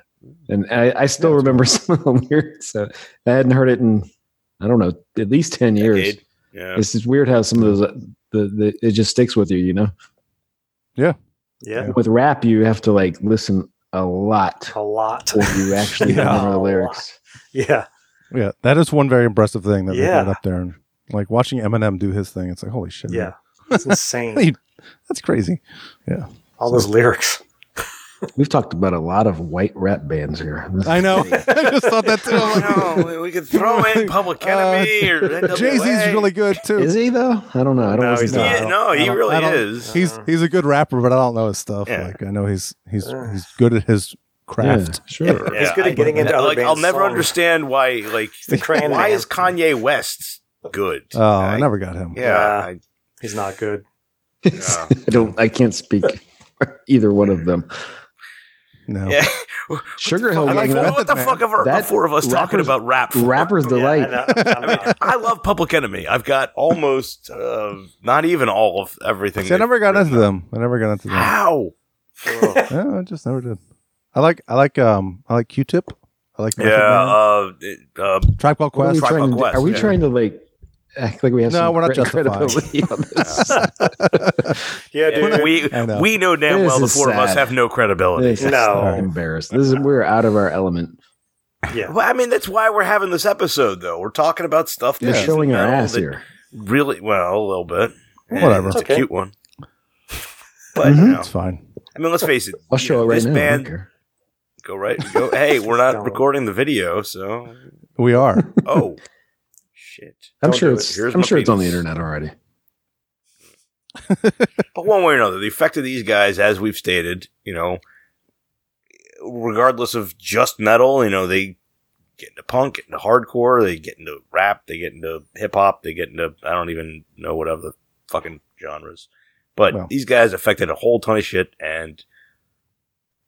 D: And I, I still remember some of the lyrics. So I hadn't heard it in, I don't know, at least 10 years.
B: Decade. Yeah.
D: It's just weird how some of those, uh, the, the, it just sticks with you, you know?
C: Yeah.
D: With rap, you have to like listen a lot
C: A lot.
D: before you actually
A: Yeah.
D: remember the
C: A
D: lyrics.
C: Yeah.
A: Yeah, that is one very impressive thing that they
C: Yeah.
A: got up there and like watching Eminem do his thing. It's like holy shit.
C: Yeah. It's
A: Hey.
C: insane.
A: that's crazy.
C: All those lyrics.
D: We've talked about a lot of white rap bands here.
A: I know. I just thought that too. I'm like,
B: Oh, no, we- we could throw in Public
A: Uh,
B: Enemy or NWA.
A: Jay Z's really good too.
D: Is he though? I don't know. I don't
C: No,
D: listen
C: he's
D: to
C: not.
D: him.
B: Yeah, no,
A: I
B: he
A: don't-
B: really
A: I don't-
B: is.
A: He's he's a good rapper, but I don't know his stuff.
B: Uh-huh. Yeah. Uh.
A: Like I know he's he's
C: Ugh.
A: he's good at his craft.
D: Yeah, sure.
B: Yeah,
C: good at
B: I-
C: getting into
B: I-
C: other
B: like,
C: bands'
B: I'll never
C: songs.
B: understand why. Like,
C: the Crayon
B: why
C: Man.
B: is Kanye West good?
A: Oh, I
B: Like,
A: never got him.
B: Yeah,
C: Yeah.
B: I-
C: He's not good.
B: yeah.
D: I don't. I can't speak for either one of them.
A: No.
B: yeah.
D: Sugar Hill
B: I'm like,
D: Gang.
A: Method
B: what the
A: Man.
B: fuck are the
D: That-
B: four of us talking
D: rappers-
B: about rap? for?
D: Rapper's
C: Yeah,
D: delight.
C: I know. I'm
B: I mean,
C: not-
B: I love Public Enemy. I've got almost uh, not even all of everything.
A: See, I
B: they've
A: never got
B: written.
A: into them. I never got into them.
B: How? Ah.
A: No, I just never did. I like I like um I like Q Tip. I like
B: Yeah. Uh, it- uh,
A: Tribe Called
D: What are
A: Quest.
D: we
B: Tribe
D: trying to do?
B: Quest,
D: Are we
B: yeah.
D: trying to like act like we have
A: No,
D: some
A: we're not
D: cre-
A: justified.
D: credibility on this?
C: yeah, dude.
B: we
A: I know.
B: we know damn
D: This
B: well the
D: is
B: four of us
D: sad.
B: have no credibility.
D: This is
C: No.
D: embarrassed. This is we're out of our element.
C: yeah.
B: Well, I mean, that's why we're having this episode, though. We're talking about stuff
A: Yeah.
D: We're
B: that's
D: showing our ass
B: that
D: here.
B: Really, well, a little bit. Eh,
A: Whatever.
B: It's
C: Okay.
B: a cute one. But you know,
A: It's fine.
B: I mean, let's face it.
D: Mm-hmm. I'll
B: you
D: show
B: know,
D: it right
B: this
D: now. I don't
B: band,
D: care.
B: go right. Go. Hey, we're not
C: Don't.
B: recording the video, so
A: We are.
B: oh shit.
D: I'm
C: Don't
D: sure
C: do
D: it's.
B: Here's
D: I'm
B: my
D: sure it's on the
B: penis.
D: internet already.
B: But one way or another, the effect of these guys, as we've stated, you know, regardless of just metal, you know, they get into punk, get into hardcore, they get into rap, they get into hip hop, they get into I don't even know what other fucking genres. But
A: Well.
B: these guys affected a whole ton of shit, and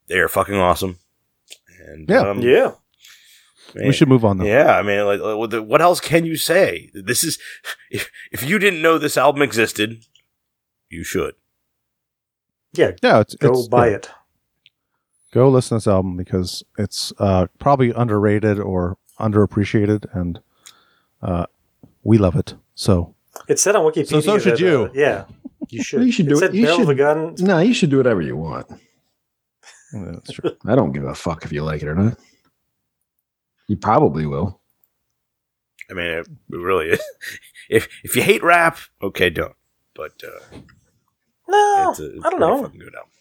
B: they are fucking awesome. And
A: Yeah.
B: um,
C: Yeah.
A: we should move on though.
B: yeah, I mean, like, like, what the- what else can you say? This is if, if you didn't know this album existed, you should.
C: Yeah.
A: Yeah, it's,
C: Go
A: it's-
C: buy
A: yeah.
C: it.
A: Go listen to this album because it's uh, probably underrated or underappreciated, and Uh, we love it. So
C: It said on Wikipedia.
A: So- so should
C: that, uh,
A: you.
C: yeah, you should.
D: You should do
C: said
D: it. You
C: barrel of a
D: should-
C: gun.
D: No, you should do whatever you want.
A: yeah, that's true.
D: I don't give a fuck if you like it or not. You probably will.
B: I mean, it really is. If if you hate rap, okay, don't. But uh,
C: No,
B: it's a, it's
C: I
B: pretty
C: don't know.
B: Fucking good album.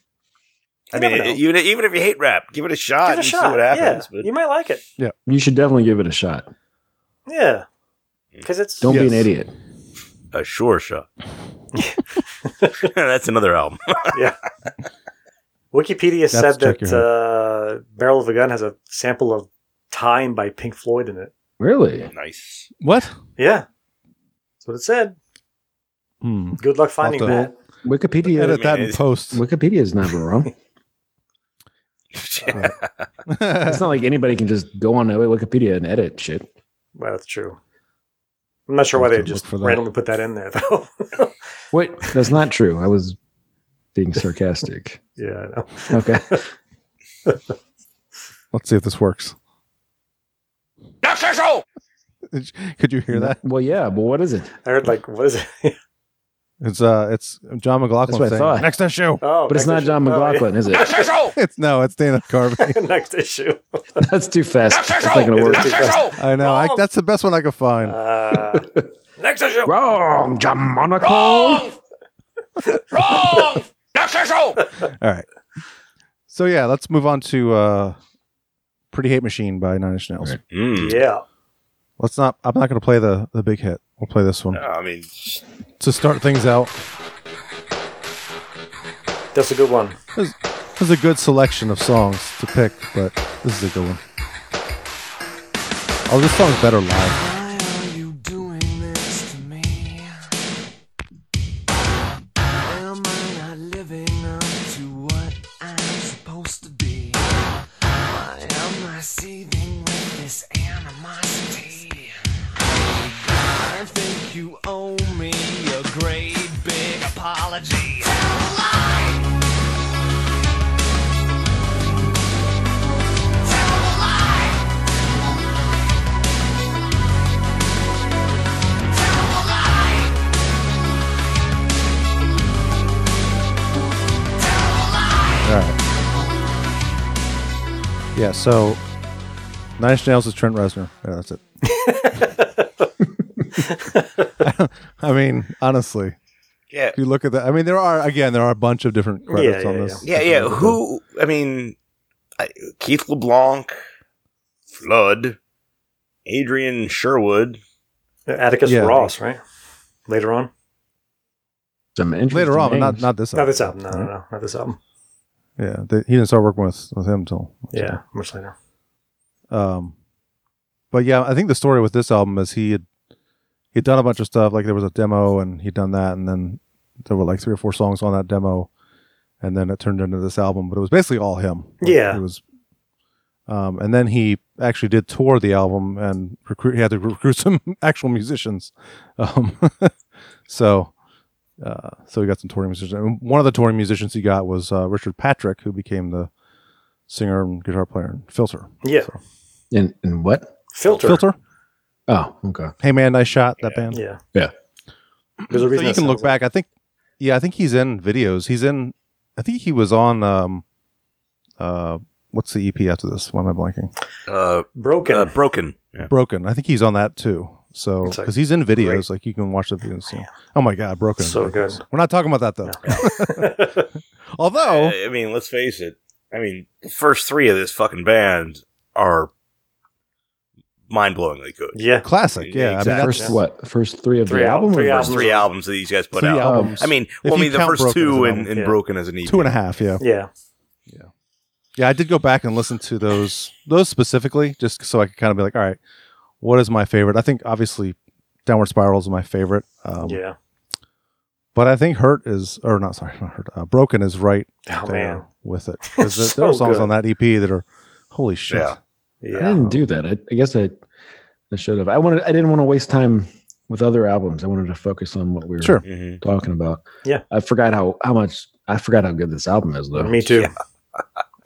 B: I
C: You
B: mean,
C: never know.
B: it- even even if you hate rap, give it a shot.
C: Give it a
B: and Ah,
C: shot.
B: See what happens.
C: yeah,
B: But
C: you might like it.
D: You should definitely give it a shot.
C: Yeah, because it's
D: Don't be an
A: Yes.
D: idiot.
B: a sure shot. That's another album.
C: Wikipedia
A: That's
C: said
A: check
C: that
A: your
C: uh, barrel of a gun has a sample of "Time" by Pink Floyd in it.
D: Really?
B: nice.
A: What?
C: Yeah, that's what it said.
A: Hmm.
C: Good luck finding
A: to-
C: that.
D: Wikipedia.
A: Edit that in
B: is-
A: post.
D: Wikipedia is never wrong. it's not like anybody can just go on Wikipedia and edit shit.
C: Well, that's true. I'm not sure why
A: I'll
C: they
A: have to
C: just
A: look for that.
C: randomly put that in there, though.
D: Wait, that's not true. I was being sarcastic.
C: yeah, I know.
D: Okay.
A: Let's see if this works. Could you hear that?
D: Well, yeah, but what is it?
C: I heard like, what is it?
A: It's uh, it's John
D: That's
A: McLaughlin
D: what I
A: saying
D: thought.
A: next issue.
C: oh,
D: But
C: next
D: it's not
C: issue. Oh,
D: John
C: yeah.
D: McLaughlin, is it?
A: It's no, it's Dana Carvey.
C: next issue.
D: That's too fast. That's not going to work.
A: I know. I, that's the best one I could find.
C: Uh, next issue.
D: Wrong, John Monaco.
A: All right. So yeah, let's move on to uh, "Pretty Hate Machine" by Nine Inch Nails.
D: All right.
B: Mm.
C: Yeah.
A: Let's not. I'm not going to play the the big hit. We'll play this one
B: I mean,
A: to start things out.
C: That's a good one.
A: There's, there's a good selection of songs to pick, but this is a good one. Oh, this song's better live.
I: Why are you doing this to me? Am I not living up to what I'm supposed to be? Why am I seething with this animosity? I think you owe me a great big apology. Tell a lie! Tell a lie!
A: Yeah. So, Nine Inch Nails is Trent Reznor. Yeah, that's it. I mean, honestly,
B: yeah,
A: if you look at that, I mean, there are again, there are a bunch of different credits
C: Yeah,
A: on
C: yeah,
A: this.
B: yeah, yeah. Who? I mean, I, Keith LeBlanc, Flood, Adrian Sherwood.
C: Atticus
A: Yeah.
C: Ross, right? Later on.
D: Some interesting
A: Later on, but not
D: names.
A: not this.
C: Not this album. No, no, no. Not this album.
A: Yeah, they, he didn't start working with with him until
C: Yeah, much later.
A: Um, but yeah, I think the story with this album is he had he'd done a bunch of stuff. Like there was a demo, and he'd done that, and then there were like three or four songs on that demo, and then it turned into this album. But it was basically all him. Like,
C: Yeah.
A: it was. Um, and then he actually did tour the album and recruit. He had to recruit some actual musicians. Um, so. Uh, so he got some touring musicians. And one of the touring musicians he got was uh, Richard Patrick, who became the singer and guitar player in Filter.
C: Yeah.
A: So-
D: And, and what?
C: Filter.
A: Filter.
D: Oh, okay.
A: Hey man, nice shot. That band.
C: Yeah.
D: Yeah.
C: There's a
A: So
C: reason
A: you
C: that
A: can look
C: sounds like-
A: back. I think. Yeah, I think he's in videos. He's in. I think he was on. Um, uh, what's the EP after this? Why am I blanking?
B: Uh,
C: Broken.
B: uh, broken. Yeah.
A: Broken. I think he's on that too. So
C: It's like-
A: because he's in videos, like you can watch the videos. so- Oh my god, broken.
C: So good.
A: We're not talking about that though. Although
B: I, I mean, let's face it. I mean, the first three of this fucking band are mind-blowingly good.
C: yeah.
A: classic. Yeah,
B: Exactly.
A: I mean
D: First
A: that's
D: what? First three of
C: Three
D: the
C: al-
D: album? or
C: three
D: the-
B: First three albums that these guys put
A: three
B: out.
A: albums.
B: I mean, well, I
A: you
B: mean, the
A: count
B: first
A: Broken as
B: two
A: an
B: and,
A: album,
B: and
C: yeah.
B: Broken as an E EP.
A: two and a half. Yeah.
C: Yeah.
A: Yeah, I did go back and listen to those those specifically just so I could kind of be like, all right, what is my favorite? I think obviously Downward Spiral is my favorite. Um,
C: Yeah.
A: But I think Hurt is, or not sorry, not Hurt, uh, Broken is right
C: Oh,
A: there
C: man.
A: with it. 'Cause there, there
C: So
A: are songs
C: good.
A: on that EP that are, holy shit.
B: Yeah.
D: I
C: Yeah.
D: didn't do that. I, I guess I, I should have. I wanted. I didn't want to waste time with other albums. I wanted to focus on what we were
A: Sure.
B: Mhm.
D: talking about.
C: Yeah.
D: I forgot how how much. I forgot how good this album is though.
C: Me too.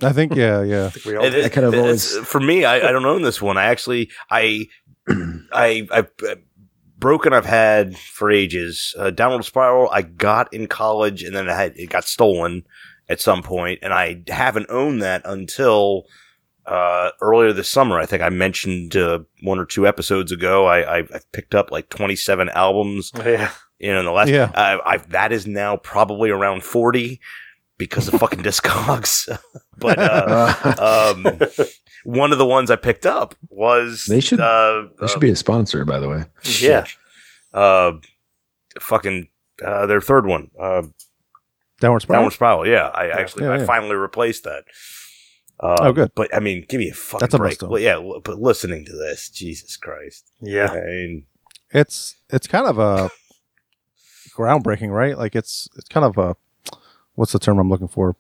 A: I think, yeah, yeah.
C: I think we all
B: It-
C: did.
D: I kind of
B: it's-
D: always-
B: for me, I, I don't own this one. I actually I I I've uh, broken I've had for ages. Uh, Downward Spiral I got in college, and then I had, it got stolen at some point, and I haven't owned that until uh, earlier this summer. I think I mentioned uh, one or two episodes ago. I, I I've picked up like twenty seven albums
C: Yeah.
B: you know, in the last,
A: Yeah.
B: I, I, that is now probably around 40 because of fucking Discogs. but, uh, um, one of the ones I picked up was,
D: They should-
B: uh,
D: They should be a sponsor, by the way.
C: Yeah.
B: uh, fucking, uh, their third one, uh,
A: Downward spiral.
B: Downward Spiral. Yeah. I actually,
A: Yeah,
B: I
A: yeah.
B: finally replaced that. Uh,
A: Oh, good.
B: But I mean, give me a fucking
A: That's a
B: break.
A: milestone.
B: Well, yeah. li- But listening to this, Jesus Christ.
C: Yeah.
B: I mean,
A: It's it's kind of a groundbreaking, right? Like it's it's kind of a what's the term I'm looking for?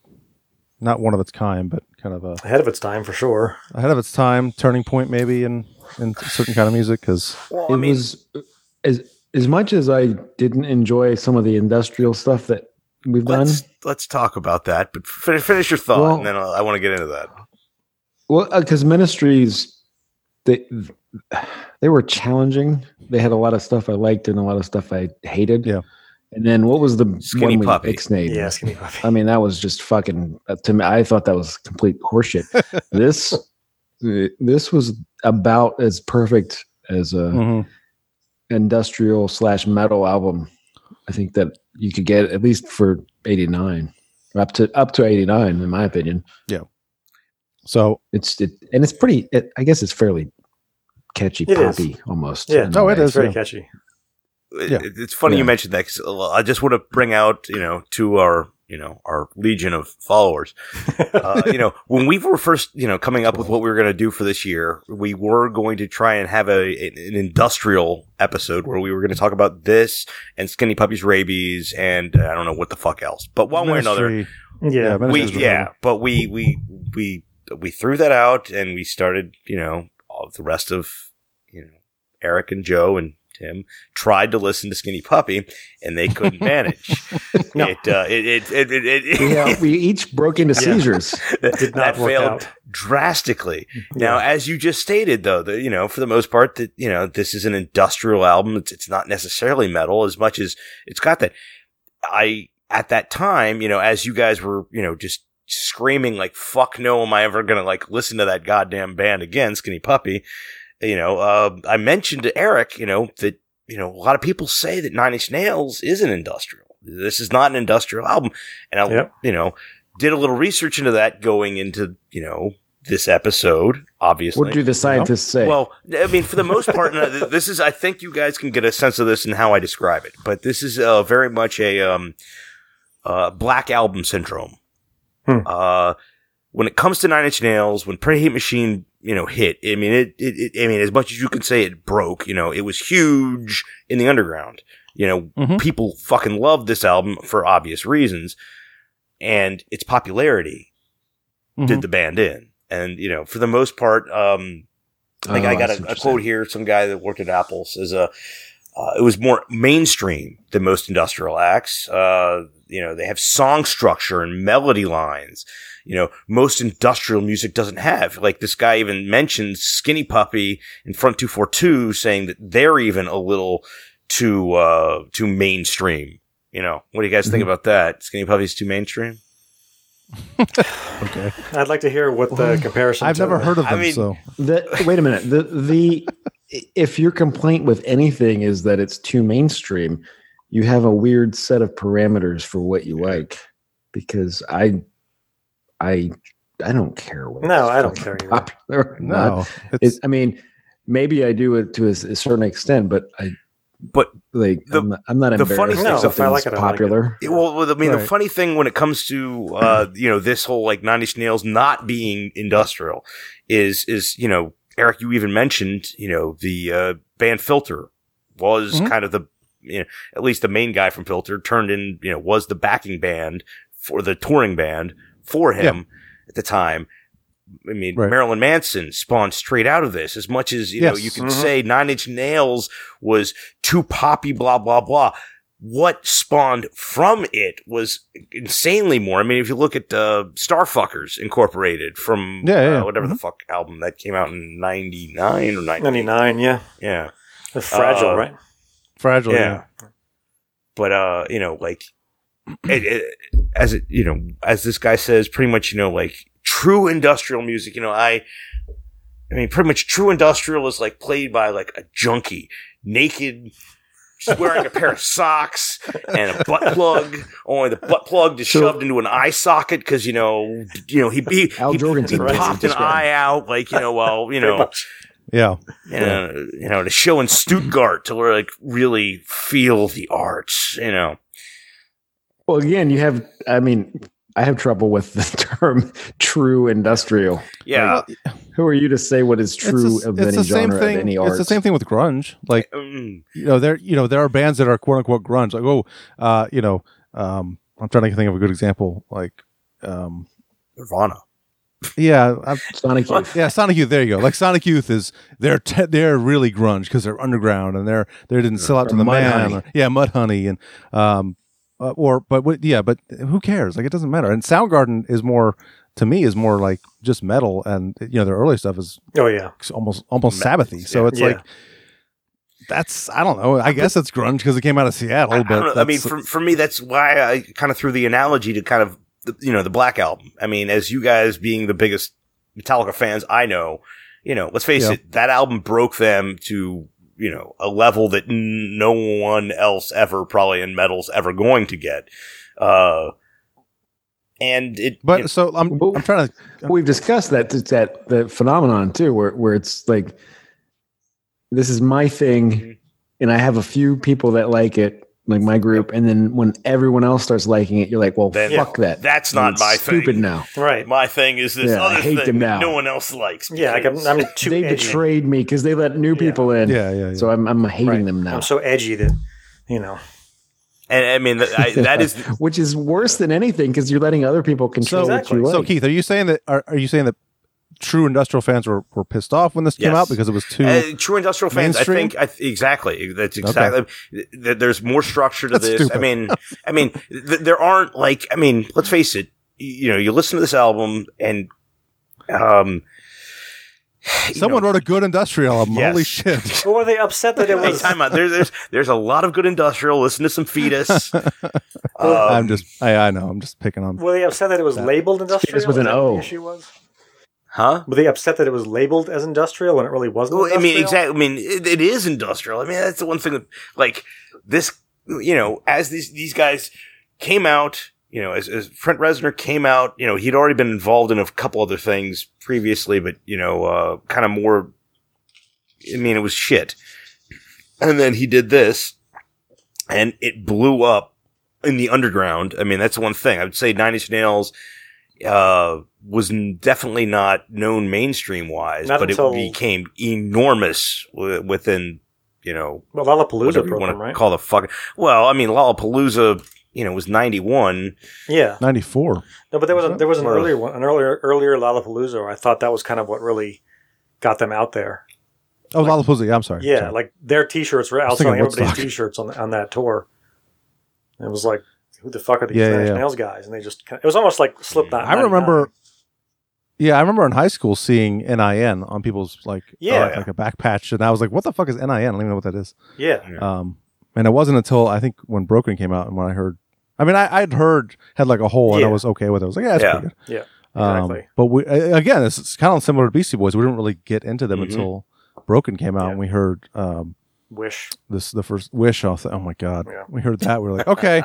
A: Not one of its kind, but kind of a
C: Ahead of its time for sure.
A: ahead of its time, turning point maybe in in certain kind of music because
B: well,
D: it was as as much as I didn't enjoy some of the industrial stuff that we've done.
B: let's, let's talk about that, but fin- finish your thought
D: Well-
B: and then I'll, I want to get into that.
D: Well, because ministries, they they were challenging. They had a lot of stuff I liked and a lot of stuff I hated.
A: Yeah.
D: And then what was the
B: Skinny
D: one we
B: Puppy.
D: Ixnay?
C: Yeah, skinny puppy.
D: I mean, that was just fucking uh, to me. I thought that was complete horseshit. this this was about as perfect as a
B: Hmm.
A: Hmm. mm-hmm.
D: industrial slash metal album. I think that you could get at least for eighty nine, up to up to eighty nine, in my opinion.
A: so
D: It's it, and it's pretty. It, I guess it's fairly catchy,
C: It is.
D: poppy almost.
C: Yeah.
D: in a
A: Oh, it
D: way.
C: It's
A: is.
C: very
A: yeah.
C: catchy.
B: It-
A: Yeah.
B: it- It's funny you
D: Yeah.
B: mentioned that 'cause, uh, I just want to bring out, you know, to our, you know, our legion of followers. uh, you know, when we were first, you know, coming up with what we were going to do for this year, we were going to try and have a an, an industrial episode where we were going to talk about this and Skinny Puppy's rabies and uh, I don't know what the fuck else. But one way or another,
A: Ministry-
C: Yeah.
A: Ministry
B: we
A: is
B: yeah,
A: whatever.
B: but we we we we threw that out and we started, you know, all the rest of you know Eric and Joe and Tim tried to listen to Skinny Puppy and they couldn't manage.
C: No.
B: It uh, it it it, it, it-
D: Yeah, we each broke into seizures.
C: Did not
B: that
C: work
B: failed
C: out.
B: drastically. Now, as you just stated, though, that you know, for the most part, that you know, this is an industrial album. It's, it's not necessarily metal as much as it's got that. I at that time, you know, as you guys were, you know, just screaming like "fuck no," am I ever gonna like listen to that goddamn band again, Skinny Puppy? You know, uh, I mentioned to Eric, you know, that you know a lot of people say that Nine Inch Nails is an industrial. This is not an industrial album, and I,
C: Yep.
B: you know, did a little research into that going into you know this episode, obviously.
D: what do the scientists say?
B: well, I mean, for the most part, no, th- this is. I think you guys can get a sense of this in how I describe it, but this is uh, very much a um, uh, black album syndrome.
C: Hmm.
B: Uh, when it comes to Nine Inch Nails, when Pretty Hate Machine, you know, hit, I mean, it, it, it, I mean, as much as you can say it broke, you know, it was huge in the underground. You know,
A: Mhm.
B: people fucking loved this album for obvious reasons, and its popularity
A: Mhm.
B: did the band in. And you know, for the most part, um, I think
D: Oh,
B: I got
D: see what
B: a, a
D: you're
B: quote
D: saying.
B: here. Some guy that worked at Apple says, "Uh, uh it was more mainstream than most industrial acts. Uh, you know, they have song structure and melody lines. You know, most industrial music doesn't have. Like this guy even mentions Skinny Puppy in Front Two Four Two, saying that they're even a little too uh too mainstream." You know, what do you guys think about that? Skinny Puppy's too mainstream.
A: Okay,
C: I'd like to hear what the comparison.
A: I've
C: to
A: never
C: the-
A: heard of
B: I
A: them,
B: mean-
A: so
D: The, wait a minute. The the if your complaint with anything is that it's too mainstream, you have a weird set of parameters for what you like. Because I, I, I don't care what.
C: No, I don't care either.
D: Popular or not.
A: no,
D: It,
A: it's,
D: I mean, maybe I do it to a, s- a certain extent, but I.
B: But
D: like,
B: the-
D: I'm, not, I'm not
B: the funny
D: embarrassed
B: thing-
D: if
C: No, if I like
D: something's
C: it, I like it.
D: popular.
B: Yeah, Well, well, I mean, the
A: Right.
B: funny thing when it comes to uh, you know this whole like Nine Inch Nails not being industrial is is you know Eric, you even mentioned you know the uh, band Filter was
A: Mhm.
B: kind of the you know at least the main guy from Filter turned in you know was the backing band for the touring band for him at the time. I mean,
A: Right.
B: Marilyn Manson spawned straight out of this. As much as you know,
A: Yes. Mm-hmm.
B: you could
C: Mhm.
B: say Nine Inch Nails was too poppy, blah blah blah. What spawned from it was insanely more. I mean, if you look at uh, Starfuckers Incorporated from
A: Yeah, Mm-hmm. yeah,
B: uh, whatever the fuck album that came out in '99 or '90,
C: Ninety nine. Yeah.
B: yeah,
C: They're fragile,
B: Uh,
C: right?
A: Fragile.
B: yeah. But uh, you know, like it, it, as it, you know, as this guy says, pretty much, you know, like true industrial music. You know, I, I mean, pretty much true industrial is like played by like a junkie, naked. Just wearing a pair of socks and a butt plug. Only the butt plug is shoved into an eye socket because you know, you know, he he,
D: Al
B: he,
D: Jorgensen,
B: he
D: right?
B: popped an
D: Describe.
B: eye out like you know, well, you
C: Pretty
B: know,
C: much.
A: Yeah.
B: you know, you know, to show in Stuttgart to where like really feel the arts, you know.
D: Well, again, you have. I mean, I have trouble with the term "true industrial."
B: Yeah.
D: Who are you to say what is true
A: it's, a-
D: of
A: it's
D: any
A: the same
D: genre
A: thing.
D: of any art?
A: it's the same thing with grunge. Like
B: Mm,
A: you know, there you know there are bands that are quote unquote grunge. Like oh, uh, you know, um, I'm trying to think of a good example. Like, um,
B: Nirvana.
A: yeah, I'm,
D: Sonic Youth.
A: yeah, Sonic Youth. There you go. Like Sonic Youth is they're te- they're really grunge because they're underground and they're they didn't sell out to
D: Or
A: the man.
D: Mudhoney.
A: or- yeah, Mudhoney and um, uh, or but what, yeah, but who cares? Like it doesn't matter. And Soundgarden is more to me is more like just metal, and you know their early stuff is
C: Oh yeah.
A: almost almost
B: Metal,
A: Sabbathy. So
B: yeah.
A: it's
C: Yeah.
A: like that's I don't know. I guess it's grunge because it came out of Seattle.
B: I, I
A: but
B: don't know. I mean,
A: that's-
B: for, for me, that's why I kind of threw the analogy to kind of, the, you know, the Black Album. I mean, as you guys being the biggest Metallica fans I know, you know, let's face
A: Yeah.
B: it, that album broke them to, you know, a level that n- no one else ever probably in metal's ever going to get. Uh, and it,
A: but
B: you know,
A: so I'm
D: Well-
A: I'm trying to
D: We've discussed that it's that the phenomenon too, where where it's like, this is my thing, and I have a few people that like it, like my group, and then when everyone else starts liking it, you're like, well,
B: Then-
D: fuck that.
B: that's not
D: It's
B: my thing.
D: stupid now.
C: Right.
B: my thing is this
D: Yeah, I
B: other
D: hate
B: thing
D: them
B: that
D: now.
B: no one else likes.
C: Yeah, like I'm,
B: because-
C: I'm too
D: They
C: edgy.
D: betrayed me because they let new
C: Yeah.
D: people in.
A: yeah yeah, yeah.
D: So I'm I'm hating
C: Right.
D: them now.
C: I'm so edgy that you know.
B: and I mean, that- I, that is uh,
D: Uh, which is worse than anything because you're letting other people control what
C: Exactly.
D: you like.
A: so Keith, are you saying that are, are you saying that true industrial fans were, were pissed off when this came
B: Yes.
A: out because it was too
B: Uh, true industrial fans,
A: mainstream?
B: I think, I th- exactly. That's
A: Okay.
B: exactly. th- th- There's more structure to
A: That's
B: this. I
A: stupid.
B: mean, I mean, th- there aren't like, I mean, let's face it. y- You know, you listen to this album, and um, you
A: someone
B: know,
A: wrote a good industrial album.
B: Yes.
A: Holy shit!
C: Or were they upset that it
B: Hey,
C: was?
B: time out. There, there's there's a lot of good industrial. Listen to some fetus. Um,
A: I'm just I I know I'm just picking on.
C: Were they upset that it was labeled industrial?
D: with
C: Is
D: an
C: that what
D: O.
C: The issue was.
B: huh?
C: Were they upset that it was labeled as industrial when it really wasn't?
B: Well, I mean,
C: industrial?
B: exactly. I mean, it, it is industrial. I mean, that's the one thing that, like, this, you know, as these these guys came out, you know, as, as Trent Reznor came out, you know, he'd already been involved in a couple other things previously, but you know, uh, kind of more. I mean, it was shit, and then he did this, and it blew up in the underground. I mean, that's one thing I would say. Nine Inch Nails. Uh, was n- definitely not known mainstream wise,
C: Not
B: but it
C: until-
B: became enormous wi- within, you know,
C: Well, Lollapalooza
B: whatever you
C: broke
B: want
C: them,
B: to
C: right?
B: call the fuck. Well, I mean, Lollapalooza, you know, was ninety one.
C: yeah.
A: Ninety four.
C: No, but there was
A: Was
C: a,
A: it?
C: there was an
A: Or-
C: earlier one, an earlier earlier Lollapalooza. Where I thought that was kind of what really got them out there.
A: Oh, Lollapalooza. Yeah, I'm sorry.
C: Yeah,
A: Sorry.
C: like their T-shirts were
A: was thinking
C: outselling everybody's
A: Woodstock.
C: T-shirts on on that tour. And it was like, who the fuck are these
A: Yeah, yeah,
C: Nine Inch
A: yeah.
C: Nails guys? And they just kind of, it was almost like Slipknot.
A: I
C: 99.
A: remember. Yeah, I remember in high school seeing NIN on people's like
C: Yeah.
A: uh, like a back patch, and I was like, "What the fuck is NIN? I don't even know what that is."
C: Yeah,
A: Um, and it wasn't until I think when Broken came out and when I heard, I mean, I, I'd heard had like a hole and I
C: Yeah.
A: was okay with it. I was like, yeah, that's
B: Yeah.
A: pretty good.
C: Yeah,
A: Um,
C: exactly.
A: but we a- again, it's, it's kind of similar to Beastie Boys. We didn't really get into them
B: Mhm.
C: Mm-hmm.
A: until Broken came out
C: Yeah.
A: and we heard um,
C: Wish.
A: this the first Wish off. The, oh my god,
C: Yeah.
A: we heard that. We were like, okay,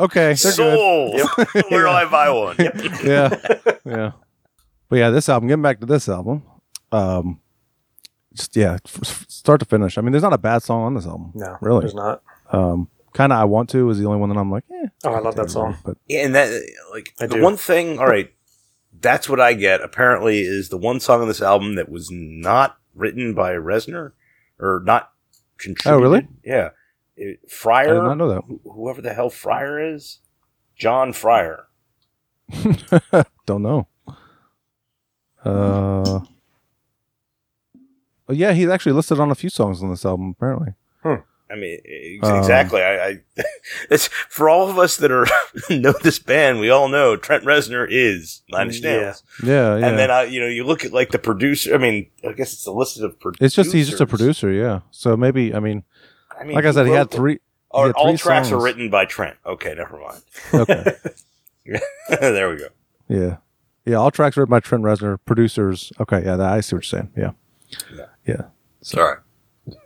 A: okay, they're good.
B: Soul, where do I buy one?
A: yeah, yeah. But yeah, this album. Getting back to this album, um, just yeah, f- f- start to finish. I mean, there's not a bad song on this album.
C: No,
A: Really?
C: There's not.
A: Um, kind of, I want to is the only one that I'm like, eh.
C: Oh, I love that song.
A: But
B: Yeah, and that like
C: I
B: the
C: do.
B: one thing. All right, that's what I get. Apparently, is the one song on this album that was not written by Reznor or not contributed.
A: Oh, really?
B: Yeah, it,
A: I
B: Fryer.
A: did not know that.
B: wh- Whoever the hell Fryer is, John Fryer.
A: Don't know. Uh, oh yeah, he's actually listed on a few songs on this album. Apparently,
B: I I mean, e, ex-
A: Uh.
B: exactly. I, I it's for all of us that are know this band. We all know Trent Reznor is Nine Inch Nails.
A: Mm, Yeah, yeah.
B: And
C: uh,
B: then I, you know, you look at like the producer. I mean, I guess it's a list of producers.
A: it's just he's just a producer, yeah. So maybe I mean,
B: I mean,
A: like I said, he
B: wrote
A: had
B: the-
A: three.
B: All,
A: he had
B: all
A: three
B: tracks are
A: songs.
B: written by Trent. Okay, never mind.
A: Okay.
B: there we go.
A: Yeah. Yeah. All tracks written by Trent Reznor, producers. Okay. Yeah. That, I see what you're saying. Yeah.
B: Yeah.
A: Yeah.
B: Sorry.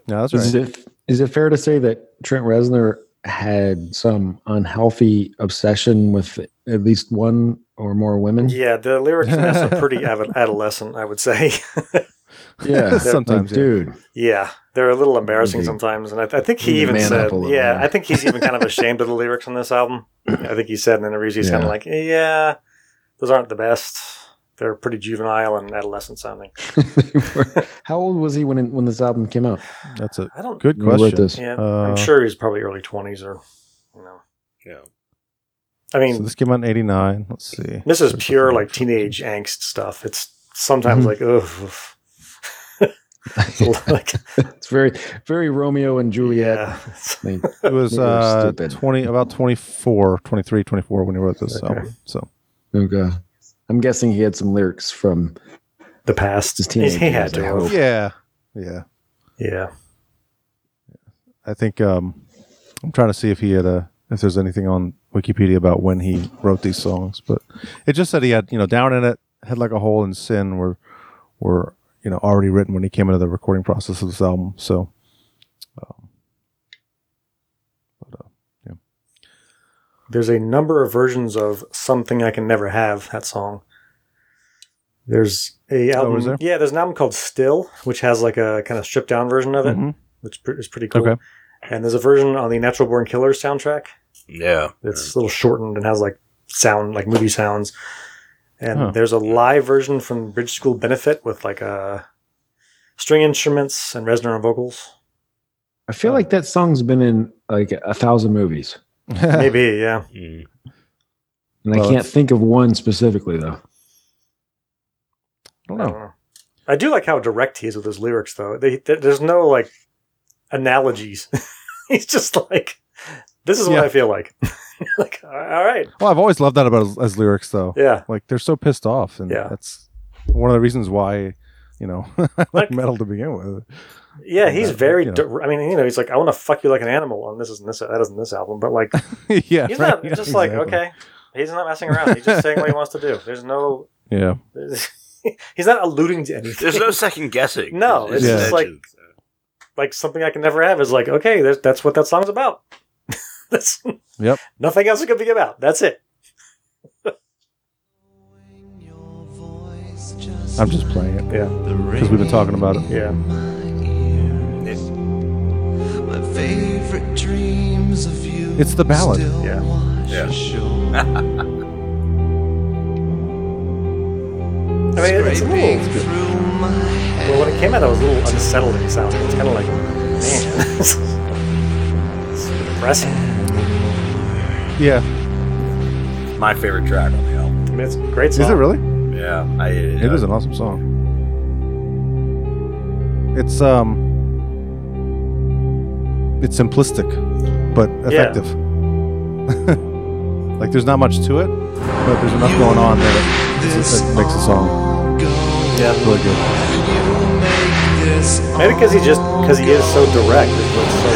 A: No, that's
D: Is
A: right.
D: it is it fair to say that Trent Reznor had some unhealthy obsession with at least one or more women?
C: Yeah, the lyrics in this are pretty av- adolescent, I would say.
D: Yeah,
A: Sometimes,
D: like,
A: yeah.
D: dude.
C: yeah, they're a little embarrassing
D: Indeed.
C: sometimes, and I, I think
D: Need
C: he
D: to
C: even
D: man
C: said,
D: up a little,
C: "Yeah,
D: man.
C: I think he's even kind of ashamed of the lyrics on this album." I think he said in interviews he's kind
D: Yeah.
C: of like, "Yeah, those aren't the best. They're pretty juvenile and adolescent sounding."
D: How old was he when when this album came out?
A: That's a
C: I don't.
A: good
D: When he wrote
A: question.
D: this?
C: Yeah,
A: Uh,
C: I'm sure he's probably early twenties or, you know.
B: Yeah.
C: I mean,
A: So this came out in '89. Let's see.
C: This is pure like teenage angst stuff. It's
D: Mm-hmm.
C: sometimes like ugh, ugh. like
D: It's very very Romeo and Juliet.
C: yeah,
D: Like,
A: It was
D: They were
A: uh,
D: stupid.
A: 20, about 24, 23, 24 when he wrote this album. So
D: okay. uh, I'm guessing he had some lyrics from
C: the past.
D: Just teenage
C: he had
D: years, I
C: to.
D: hope.
C: have.
A: yeah, yeah.
C: Yeah,
A: I think um, I'm trying to see if he had a if there's anything on Wikipedia about when he wrote these songs, but it just said he had you know down in it had like a hole in sin were were you know already written when he came into the recording process of this album. So, um, but, uh,
C: there's a number of versions of "Something I Can Never Have" that song. There's a album.
A: Oh, is there?
C: Yeah, there's an album called "Still," which has like a kind of stripped down version of it,
A: mhm.
C: which pre- is pretty cool.
A: Okay.
C: And there's a version on the Natural Born Killers soundtrack.
B: Yeah.
C: It's a little shortened and has like sound, like movie sounds. And
A: Huh.
C: there's a live version from Bridge School Benefit with like uh, string instruments and Reznor on vocals.
D: I
C: Uh,
D: feel like that song's been in like a thousand movies.
C: Maybe, yeah.
B: Mm.
D: And
A: Well,
D: I can't
A: it's-
D: think of one specifically though.
A: I don't
C: I
A: know.
C: don't know. I do like how direct he is with his lyrics, though. They, there- there's no like analogies. He's just like, this is what
A: Yeah.
C: I feel like. like, all right.
A: Well, I've always loved that about his, his lyrics though.
C: Yeah.
A: Like they're so pissed off, and
C: Yeah.
A: that's one of the reasons why you know I like
C: Like-
A: metal to begin with.
C: Yeah. He's
A: That-
C: very,
A: you know.
C: dir- I mean, you know, he's like, I want to fuck you like an animal on this, isn't this, that isn't this album. But like,
A: yeah,
C: he's not
A: right?
C: just like
A: Exactly.
C: okay he's not messing around he's just saying what he wants to do there's no
A: Yeah,
C: he's not alluding to anything
B: There's no second guessing.
C: No,
A: it's just
B: that's
C: like-
B: it.
C: like something i can never have is like okay that's, that's what that song's about that's
A: Yep.
C: nothing else it could be about that's it
A: I'm just playing it
C: yeah
A: because we've been talking about it.
C: yeah
I: My favorite dreams of you.
A: It's the ballad.
I: still
C: Yeah.
I: wash
B: Yeah.
I: ashore.
C: i mean it's a
I: Scraping
C: little
I: through my head.
C: well when it came out it was a little unsettling sounding it's kind of like man it's depressing
A: Yeah,
B: my favorite track on the album.
C: i mean it's a great song
A: is it really?
B: Yeah, I, uh,
A: It is an awesome song. It's um, it's simplistic, but effective. like there's not much to it, but there's enough going on that it
I: This
A: that makes a song
I: all goes.
C: yeah
A: really good.
I: You make this
C: Maybe because he just
I: all
C: because he is so direct is what's so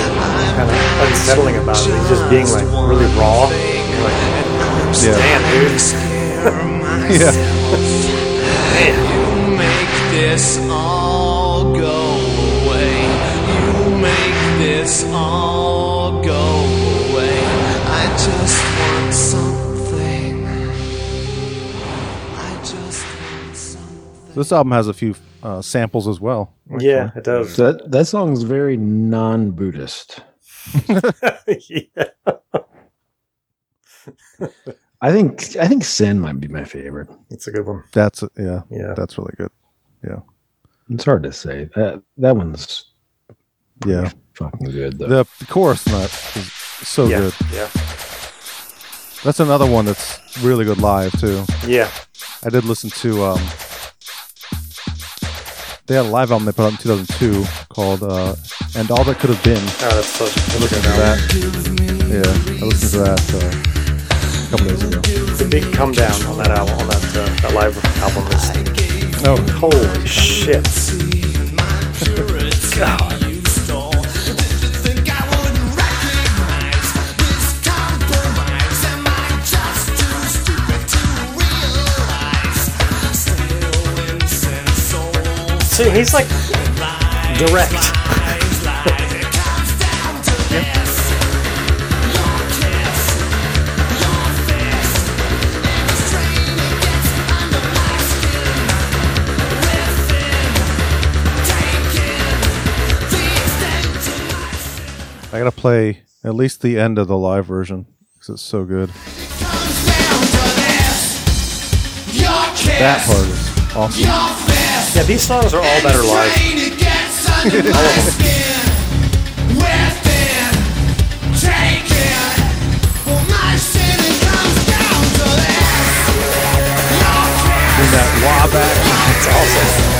C: kind of unsettling about it. He's just being like really raw. You're like,
A: Yeah,
C: damn, dude.
A: yeah.
I: You make this all go away. You make this all go away. I just want something. I just want something.
A: This album has a few uh, samples as well.
C: Yeah, it does.
D: So that that song's very non-Buddhist.
C: yeah.
D: I think I think Sin might be my favorite.
C: It's a good one.
A: That's yeah,
C: Yeah.
A: that's really good.
D: It's hard to say. That that one's
A: Yeah,
D: fucking good though.
A: the chorus nut is so
C: yeah.
A: good.
C: Yeah.
A: That's another one that's really good live too.
C: Yeah.
A: I did listen to. Um, they had a live album they put out in 2002 called uh, and all that could have been.
C: Oh, that's such a
A: Listen to that. Yeah, I listened to that uh, a couple days ago.
C: It's a big come down on that album, on that, uh, that live album. Is,
A: Oh,
C: holy shit. See, he's like direct.
A: I gotta play at least the end of the live version because it's so good. That part is awesome.
C: Yeah, these songs are all better live.
A: Bring that wah back.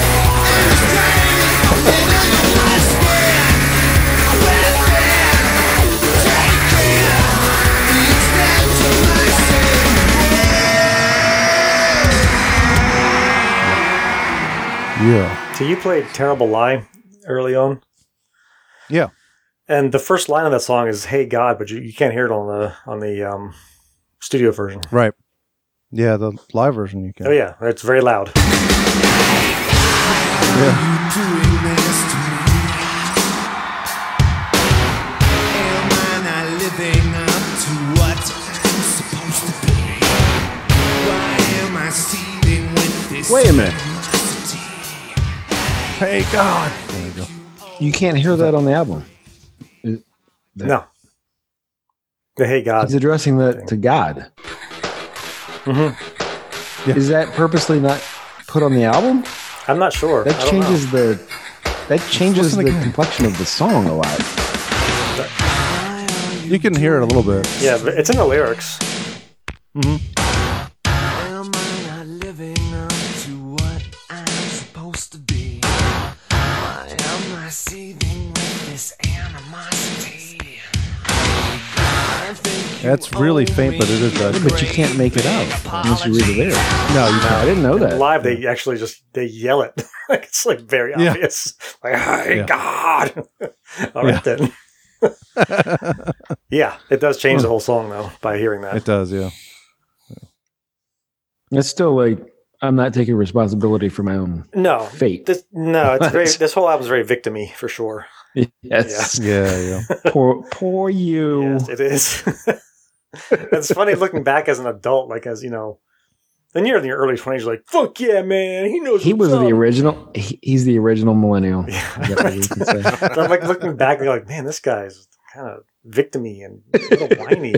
A: Yeah.
C: So you played Terrible Lie early on,
A: Yeah.
C: and the first line of that song is "Hey God," but you, you can't hear it on the on the um, studio version.
A: Right. Yeah, the live version you can.
C: Oh yeah, it's very loud.
D: Wait a minute.
A: Hey God. There you go.
D: You can't hear that on the album.
C: No, the "Hey God."
D: He's addressing that to God.
A: Yeah.
D: Is that purposely not put on the album?
C: I'm not sure. I
D: That
C: don't know.
D: changes the that changes
A: listen
D: the
A: again.
D: complexion of the song a lot.
A: You can hear it a little bit.
C: Yeah, but it's in the lyrics.
I: Am I not living up to what I'm supposed to be? Why am I seething with this animosity? I think you
A: That's really faint, but it is good.
D: But you can't make it up unless you read the lyrics.
A: No, you
D: I
A: can't.
D: didn't know that.
C: Live, they actually just they yell it. like it's like very
A: Yeah.
C: obvious. Like, "Hey
A: Yeah.
C: God!" All right then. yeah, it does change the whole song though by hearing that.
A: It does, yeah.
D: It's still like I'm not taking responsibility for my own.
C: No,
D: Fate.
C: This, no, it's very. This whole album's very victimy for sure.
D: Yes,
A: Yeah, yeah.
D: poor poor you.
C: Yes, it is. it's funny looking back as an adult, like as you know, then you're in your early twenties, like fuck yeah, man, he knows.
D: He
C: what's
D: was the
C: up."
D: original. He, he's the original millennial. Is that what we can say?
C: Yeah. I'm like looking back, you're like, man, this guy's kind of victimy and a little whiny.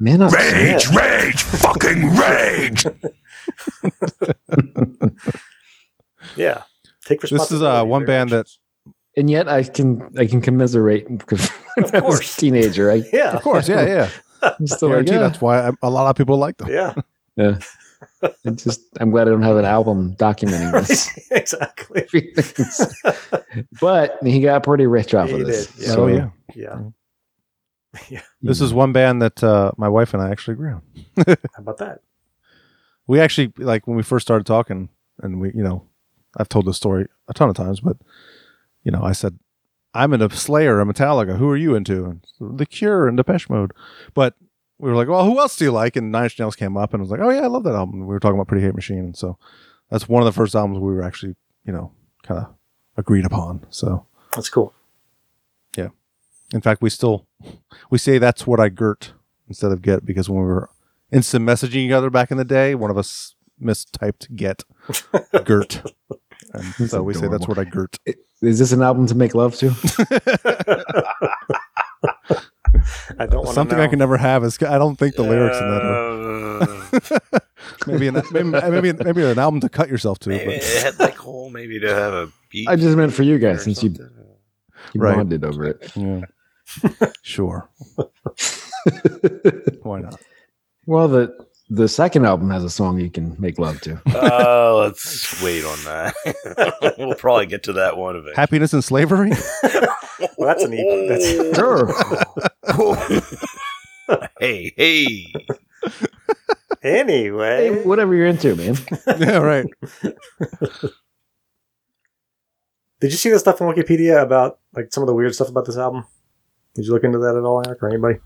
D: Man, I'm
C: Yeah.
H: rage, fucking rage.
C: Yeah. Take
A: This
C: responsibility.
A: is uh,
C: for
A: one
C: your
A: band that,
C: actions.
D: and yet I can I can commiserate because when I was
C: course.
D: a teenager, I,
A: of course, yeah, yeah.
D: I'm still like,
A: Guarantee
D: yeah.
A: that's why I, a lot of people like them.
C: Yeah.
D: yeah. It just I'm glad "Ah, I don't have an album documenting
C: Yeah.
D: this.
C: exactly.
D: but he got pretty rich off
C: He
D: of this.
C: did, yeah.
A: So, yeah.
C: Yeah. Yeah.
A: This is one band that uh, my wife and I actually agree on.
C: How about that?
A: We actually like when we first started talking, and we, you know, I've told this story a ton of times, but you know, I said I'm into Slayer and Metallica. Who are you into? And The Cure and Depeche Mode. But we were like, well, who else do you like? And Nine Inch Nails came up, and I was like, oh yeah, I love that album. We were talking about Pretty Hate Machine, and so that's one of the first albums we were actually, you know, kind of agreed upon. So
C: That's cool.
A: In fact, we still we say that's what I girt instead of get because when we were instant messaging each other back in the day, one of us mistyped get girt, and
D: That's
A: so we say that's
D: adorable.
A: what I girt.
D: Is this an album to make love to?
C: I don't want
A: Something
C: to
A: I can never have is I don't think the lyrics in that. Are.
B: uh,
A: Maybe an maybe, maybe maybe an album to cut yourself to.
B: Maybe
A: But
B: it had like hole maybe to have a beat.
D: I just meant for you guys
B: or
D: since you,
B: something.
D: you
A: Right.
D: bonded over it.
A: yeah, sure, why not?
D: well, the the second album has a song you can make love to.
B: Oh, let's wait on that. we'll probably get to that one of it.
A: Happiness and slavery.
C: that's an e. That's
D: Sure.
B: Oh. hey, hey.
C: anyway.
D: Hey, whatever you're into, man.
A: yeah, right.
C: Did you see the stuff on Wikipedia about like some of the weird stuff about this album? Did you look into that at all, Eric, or anybody?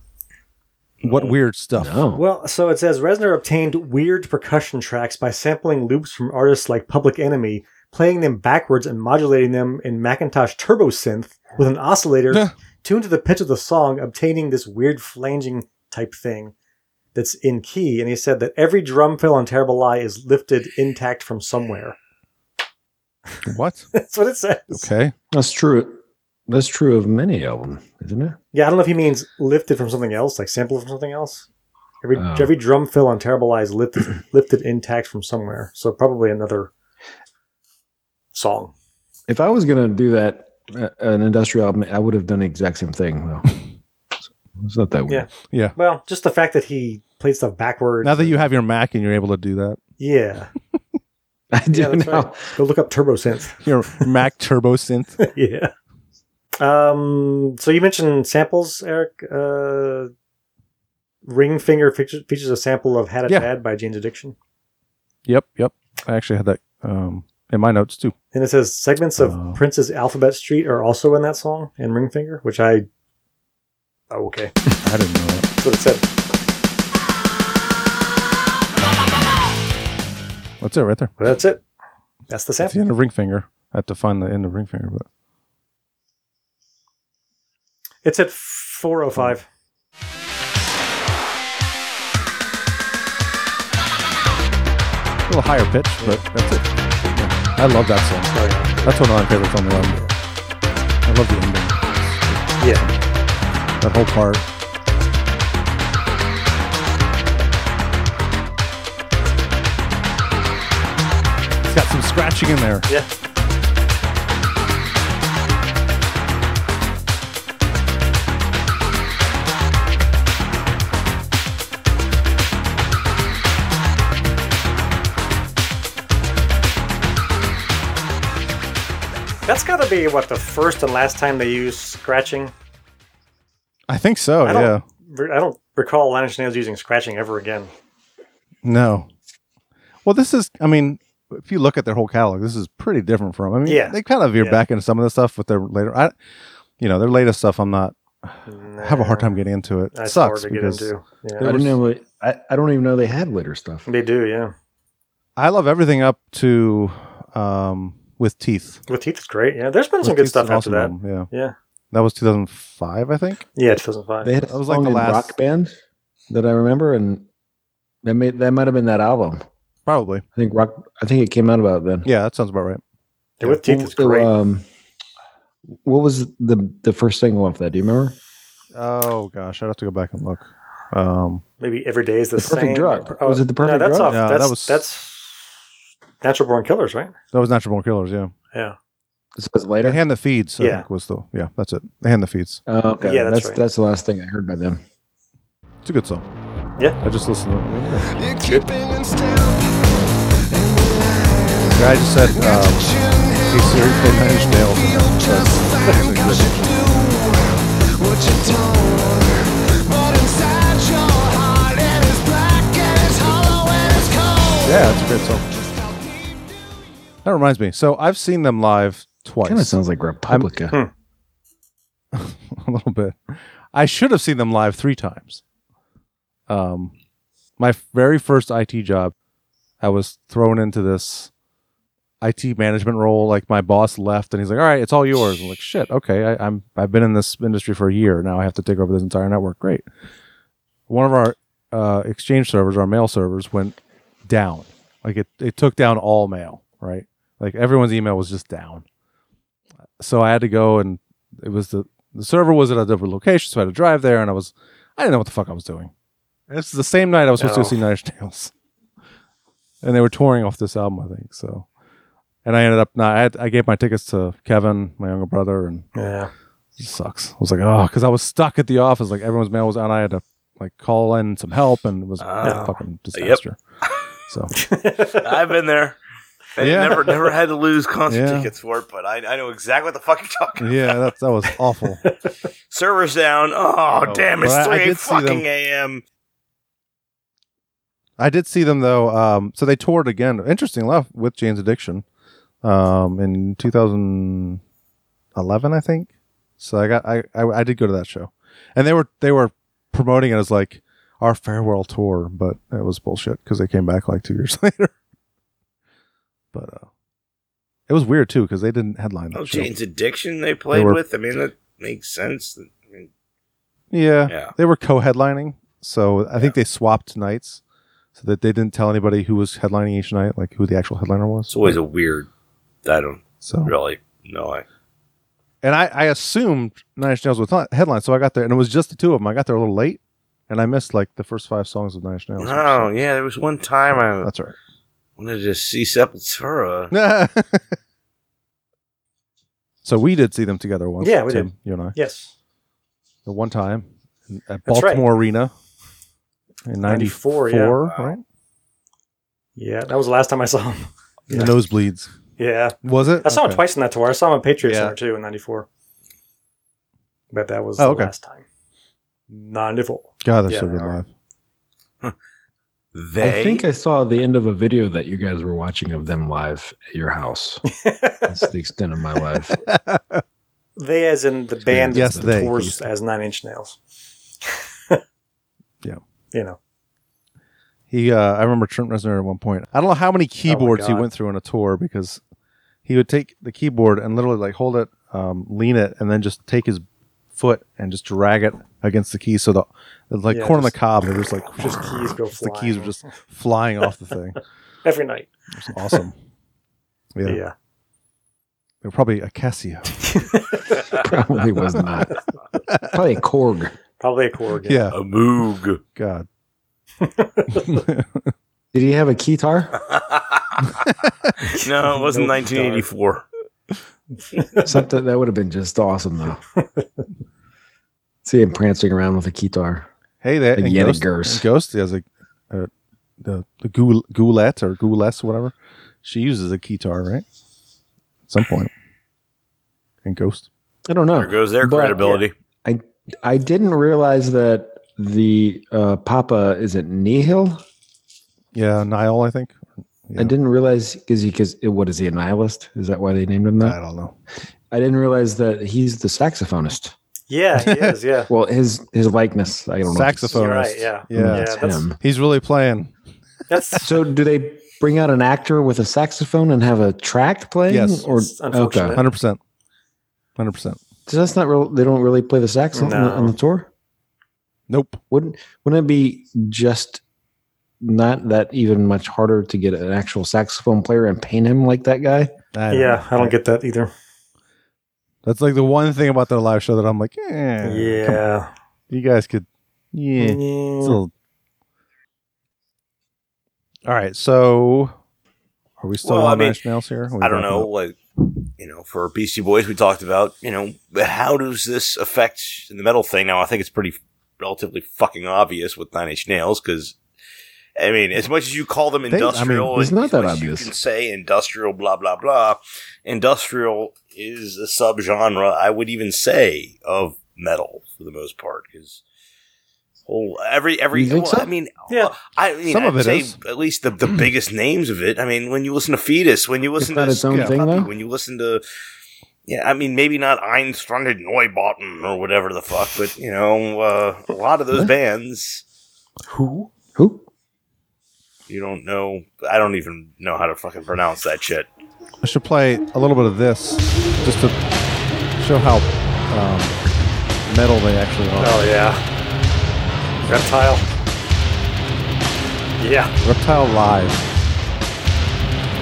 A: What weird stuff.
D: No.
C: Well, so it says Reznor obtained weird percussion tracks by sampling loops from artists like Public Enemy, playing them backwards and modulating them in Macintosh Turbo Synth with an
A: Huh.
C: oscillator tuned to the pitch of the song, obtaining this weird flanging type thing that's in key. And he said that every drum fill on Terrible Lie is lifted intact from somewhere.
A: What?
C: That's what it says.
A: Okay.
D: That's true. That's true of many of them, isn't it?
C: Yeah, I don't know if he means lifted from something else, like sampled from something else. Every
D: Oh.
C: every drum fill on Terrible Lie is lifted lifted intact from somewhere, so probably another song.
D: If I was gonna do that, uh, an industrial album, I would have done the exact same thing. Though it's not that weird.
A: Yeah.
C: Well, just the fact that he played stuff backwards.
A: Now that you have your Mac and you're able to do that,
C: yeah,
D: I do
C: yeah, that's
D: know.
C: right. Go look up Turbo Synth.
A: your Mac Turbo Synth.
C: yeah. Um. So you mentioned samples, Eric. Uh, Ring Finger features, features a sample of "Had It
A: Yeah.
C: Bad" by Jane's Addiction.
A: Yep. Yep. I actually had that um, in my notes too.
C: And it says segments of
A: Oh.
C: Prince's Alphabet Street are also in that song and Ring Finger, which I. Oh, okay.
A: I didn't know that.
C: That's what it said.
A: That's it right there.
C: But that's it. That's
A: That's
C: the
A: the
C: sample.
A: end of ring finger. I have to find the end of ring finger, but
C: It's at 405.
A: a little higher pitch, but that's it. Yeah. I love that song.
C: Oh, yeah.
A: That's one of my favorites on the album. I love the ending.
C: Yeah.
A: That whole part. It's got some scratching in there.
C: Yeah. That's got to be what the first and last time they used scratching.
A: I think so.
C: I don't-
A: yeah.
C: Re- I don't recall Nine Inch Nails using scratching ever again.
A: No. Well, this is. I mean, if you look at their whole catalog, this is pretty different from. I mean,
C: Yeah.
A: they kind of veer
C: Yeah.
A: back into some of the stuff with their later. I, you know, their latest stuff. I'm not. I have a hard time getting into it. It
C: That's
A: sucks
C: hard to get
A: because
C: into. Yeah.
D: I didn't know. I, I don't even know they had later stuff.
C: They do, yeah.
A: I love everything up to um, with teeth.
C: With teeth is great. Yeah, there's been some
A: With
C: good
A: Teeth's
C: stuff
A: an
C: after
A: awesome
C: that.
A: album, Yeah.
C: Yeah.
A: That was 2005, I think.
C: Yeah, 2005.
D: They had
A: That was
D: a
A: like
D: song
A: the
D: in
A: last-
D: rock band that I remember, and that may that might have been that album.
A: Probably.
D: I think rock. I think it came out about then.
A: Yeah, that sounds about right.
C: Yeah, With teeth is
D: So,
C: great.
D: um, what was the the first single off that? Do you remember?
A: Oh gosh, I'd have to go back and look. Um,
C: Maybe every day is the,
D: The Perfect
C: same. oh,
D: Drug. Was it The Perfect
C: no, that's
D: Drug?
C: Off,
A: No, that
C: that's,
A: was-
C: that's Natural Born Killers, right?
A: that was Natural Born Killers. Yeah.
C: Yeah.
D: This was
A: They
D: later.
A: hand the feeds. I
C: Yeah.
A: think was the yeah. That's it. They hand the feeds.
D: Oh, okay,
C: Yeah, that's
D: that's that's,
C: right.
D: the last thing I heard by them.
A: It's a good song.
C: Yeah.
A: I just listened. to it.
I: You're keeping in step.
A: The guy just said um, he seriously managed nails. Yeah, that's a great song. That reminds me. So I've seen them live twice.
D: Kind of sounds like Republica.
C: Hmm.
A: a little bit. I should have seen them live three times. Um, my very first IT job, I was thrown into this IT management role. Like my boss left, and he's like, "All right, it's all yours." I'm like, "Shit, okay." I, I'm I've been in this industry for a year now. I have to take over this entire network. Great. One of our uh, exchange servers, our mail servers, went down. Like it, it took down all mail. Right. Like everyone's email was just down. So I had to go and it was the the server was at a different location, so I had to drive there, and I was, I didn't know what the fuck I was doing. And This is the same night I was supposed
C: No.
A: to see Nine Inch Nails, and they were touring off this album, I think. So, and I ended up not. I, had, I gave my tickets to Kevin, my younger brother, and
C: Yeah.
A: it sucks. I was like, oh, because I was stuck at the office, like everyone's mail was out. and I had to like call in some help, and it was a
B: Ah.
A: fucking disaster. So
B: I've been there. And
A: Yeah.
B: never never had to lose concert
A: Yeah.
B: tickets for it, but I, I know exactly what the fuck you're talking about.
A: Yeah, that, that was awful.
B: Servers down. Oh,
A: Oh,
B: damn, it's
A: but I- I
B: 3
A: did see them.
B: fucking a.m.
A: I did see them though. Um, so they toured again. Interesting enough with Jane's Addiction, um, in 2011, I think. So I got I, I I did go to that show, and they were they were promoting it as like our farewell tour, but it was bullshit because they came back like two years later. But uh, it was weird too because they didn't headline that
B: Oh,
A: show.
B: Jane's Addiction they played
A: were-
B: with. I mean, that makes sense. I mean,
A: Yeah,
B: Yeah.
A: they were co-headlining, so I think they swapped nights so that they didn't tell anybody who was headlining each night, like who the actual headliner was.
B: it's always a weird. I don't
A: so
B: really know. I,
A: and I, I assumed Nine Inch Nails was not headline, so I got there, and it was just the two of them. I got there a little late, and I missed like the first five songs of Nine Inch Nails.
B: oh, yeah. There was one time I
A: that's all
B: wanted to see Sepultura.
A: right. so we did see them together once.
C: Yeah, we
A: Tim,
C: did.
A: You and I,
C: Yes.
A: the one time in- at
C: That's right.
A: Baltimore Arena in '94,
C: 94, yeah.
A: right?
C: Yeah, that was the last time I saw him. Yeah.
A: Nosebleeds.
C: Yeah.
A: Was it?
C: I saw him
A: Okay.
C: twice in that tour. I saw him at Patriot
A: Yeah.
C: Center too in '94. But that was
A: Oh,
C: the
A: okay.
C: last time. '94.
A: God, they're so good
C: Yeah, they are.
A: live.
B: They
D: I think I saw the end of a video that you guys were watching of them live at your house. That's the extent of my life.
C: They, as in the band,
A: Yes,
C: yes,
A: they.
C: tours as Nine Inch Nails.
A: Yeah.
C: You know.
A: He, uh, I remember Trent Reznor at one point. I don't know how many keyboards he
C: Oh God.
A: went through on a tour because he would take the keyboard and literally like hold it, um, lean it, and then just take his foot and just drag it against the keys. So the it's like
C: Yeah,
A: corn on the
C: just-
A: cob, they're just like
C: Just keys go
A: the keys were
C: flying.
A: just flying off the thing.
C: Every night.
A: It's awesome. Yeah,
C: Yeah.
A: they were probably a Casio.
D: Probably was not. Probably a Korg.
C: Probably a Korg.
A: Yeah,
B: a moog.
A: God.
D: Did he have a keytar?
B: No, it wasn't
C: Nope.
B: 1984.
D: Something that would have been just awesome though. See him prancing around with a keytar.
A: Hey, that
D: Like
A: and
D: Yannick
A: Ghost,
D: Gers.
A: and Ghost has a, a the the goul- goulette or gouless whatever. She uses a guitar, right? At some point. And Ghost.
D: I don't know.
B: There goes their
D: But-
B: credibility.
D: I didn't realize that the uh, Papa is it Nihil.
A: Yeah, Niall, I think. Yeah.
D: I didn't realize because because what is he a nihilist? Is that why they named him
A: I
D: that?
A: don't know.
D: I didn't realize that he's the saxophonist.
C: Yeah, he is. Yeah.
D: Well, his his likeness. I don't know. if it's-
A: Saxophone.
C: You're right. Yeah.
A: Yeah.
C: Yeah.
D: it's
C: that's-
D: him.
A: He's really playing.
C: That's
D: So do they bring out an actor with a saxophone and have a track playing?
A: Yes.
D: Or
C: It's unfortunate.
D: okay,
A: Hundred percent. Hundred percent.
D: so that's not real. They don't really play the saxophone on, the,
C: No.
D: on the tour.
A: Nope.
D: Wouldn't wouldn't it be just not that even much harder to get an actual saxophone player and paint him like that guy?
A: I
C: yeah. I don't get that either.
A: That's like the one thing about their live show that I'm like, eh, come on.
C: Yeah.
A: You guys could yeah. It's a
C: Yeah.
A: little- All right, so are we still
B: Well, I
A: on
B: mean,
A: Nash Nails here? Are we
B: I don't
A: wrapping
B: know.
A: up?
B: Like, you know, for Beastie Boys, we talked about, you know, how does this affect the metal thing? Now, I think it's pretty relatively fucking obvious with Nine Inch Nails because, I mean, as much as you call them
A: mean,
B: industrial,
D: it's
B: and
D: not
B: as
D: that
B: much as
D: obvious.
B: You can say industrial, blah blah blah. Industrial is a subgenre. I would even say of metal for the most part because. Whole, every every
D: You think
B: well,
D: so?
B: I mean
C: Yeah.
B: I mean
A: Some
B: I'd
A: of it
B: say
A: is.
B: at least the, the biggest names of it I mean when you listen to Fetus when you listen
D: not
B: to
D: its own
A: Yeah.
D: thing,
B: Puppy,
D: though?
B: when you listen to yeah, I mean maybe not Einstranded Neubauten or whatever the fuck, but you know, uh, a lot of those bands
C: Who?
D: Who?
B: you don't know I don't even know how to fucking pronounce that shit.
A: I should play a little bit of this just to show how um, metal they actually are.
C: Oh yeah. Reptile. Yeah.
A: Reptile Live.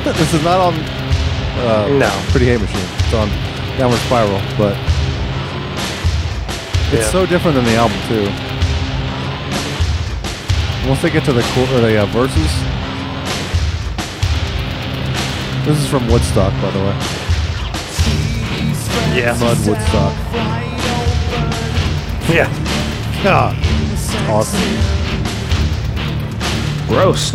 A: this is not on oh,
C: no.
A: Pretty Hate Machine. It's on Downward Spiral, but it's
C: Yeah.
A: so different than the album too. Once they get to the cor- or the uh, verses, this is from Woodstock, by the way.
C: Yeah.
A: Mud Woodstock.
C: Yeah.
A: God. Awesome.
D: Gross.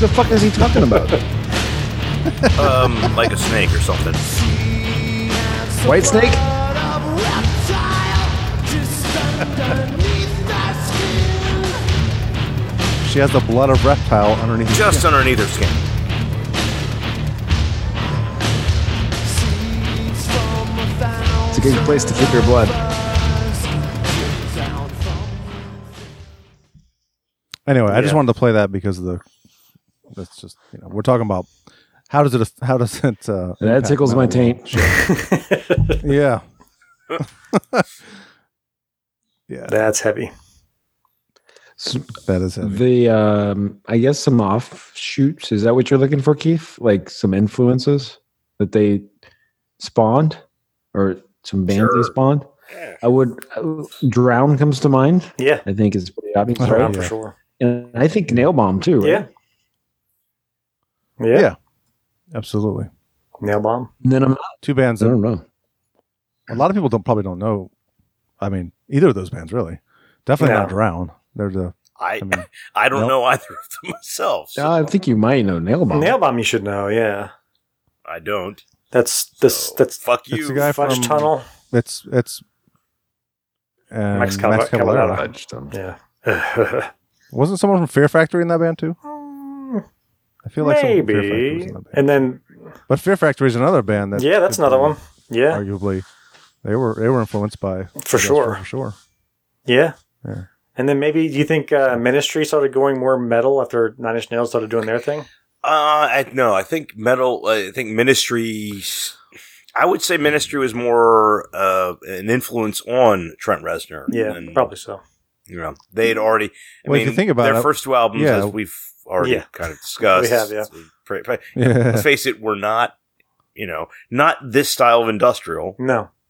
A: the fuck is he talking about?
B: Um, like a snake or something.
D: White Snake?
A: She has the blood of reptile underneath. her
B: Just
A: skin.
B: underneath her skin.
D: It's a good place to keep your blood.
A: anyway, I just
B: Yeah.
A: wanted to play that because of the. That's just you know we're talking about how does it how does it uh,
D: That
A: impact
D: tickles my
A: mental
D: taint.
A: health? yeah. yeah,
C: That's heavy.
D: S-
A: that is heavy.
D: The um, I guess some offshoots. Is that what you're looking for, Keith? Like some influences that they spawned, or some bands
B: Sure.
D: they spawned. I would uh, drown comes to mind.
C: Yeah.
D: I think is pretty obvious,
A: Oh,
D: right?
C: Around for
A: yeah.
C: sure.
D: And I think nail bomb too. Right?
C: Yeah. yeah.
A: Yeah. Absolutely.
C: Nail bomb.
D: And then I'm not,
A: Two bands
D: I
A: that
D: don't know.
A: a lot of people don't probably don't know. I mean, either of those bands really. Definitely
C: No.
A: not Drown. They're the.
B: I
A: I mean,
B: I don't
A: Nope.
B: know either of them myself. so
D: Uh, I think you might know nail bomb.
C: Nail bomb. You should know. Yeah.
B: I don't.
C: That's this.
B: So,
C: That's
B: fuck
A: That's
B: you.
A: the guy
C: Fudge
A: from
C: Tunnel.
A: It's it's. And
C: Max Cava-
A: Cavalera.
C: Cavalera. Yeah. I
A: Wasn't someone from Fear Factory in that band too? I feel like someone from Fear Factory was
C: Maybe.
A: in that band.
C: And then
A: But Fear Factory is another band that.
C: yeah, that's
A: that,
C: another
A: um,
C: one. Yeah,
A: Arguably, they were they were influenced by
C: for
A: Yes,
C: sure.
A: for sure.
C: Yeah.
A: Yeah.
C: And then maybe do you think uh, Ministry started going more metal after Nine Inch Nails started doing their thing?
B: Uh, I, no, I think metal. I think Ministry. I would say Ministry was more uh, an influence on Trent Reznor.
C: Yeah,
B: than,
C: probably so.
B: You know, they had already. I
A: Mm. Well,
B: mean,
A: if you think about
B: their
A: it-
B: first two albums,
A: yeah.
B: as we've already
C: Yeah.
B: kind of discussed,
C: We have, yeah.
B: pre- pre- let's
A: Yeah.
B: face it, we're not. You know, not this style of industrial.
C: No.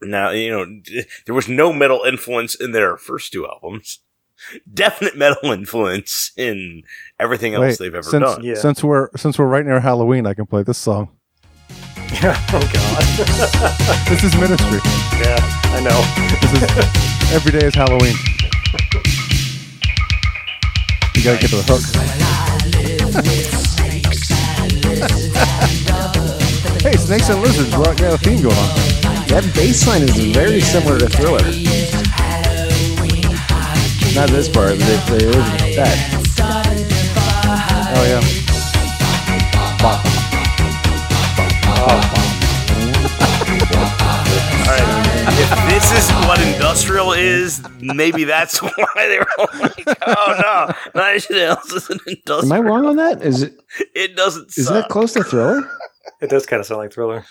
B: Now, you know, d- there was no metal influence in their first two albums. Definite metal influence in everything else
A: Wait,
B: they've ever
A: since
B: done.
C: Yeah.
A: since we're since we're right near Halloween, I can play this song.
C: Yeah. Oh God.
A: This is Ministry.
C: Yeah. I know.
A: This is every day is Halloween. You gotta get to the hook. hey, snakes and lizards. We got a theme going on.
D: That bass line is very similar to Thriller. Not this part, but the, the original. That.
A: Oh yeah.
B: All right. If this is what industrial is, maybe that's why they were like, oh no, Nine Inch Nails is an
D: Am I
B: industrial.
D: wrong on that? Is it
B: It doesn't
D: is
B: suck.
D: that close to Thriller?
C: It does kind of sound like Thriller.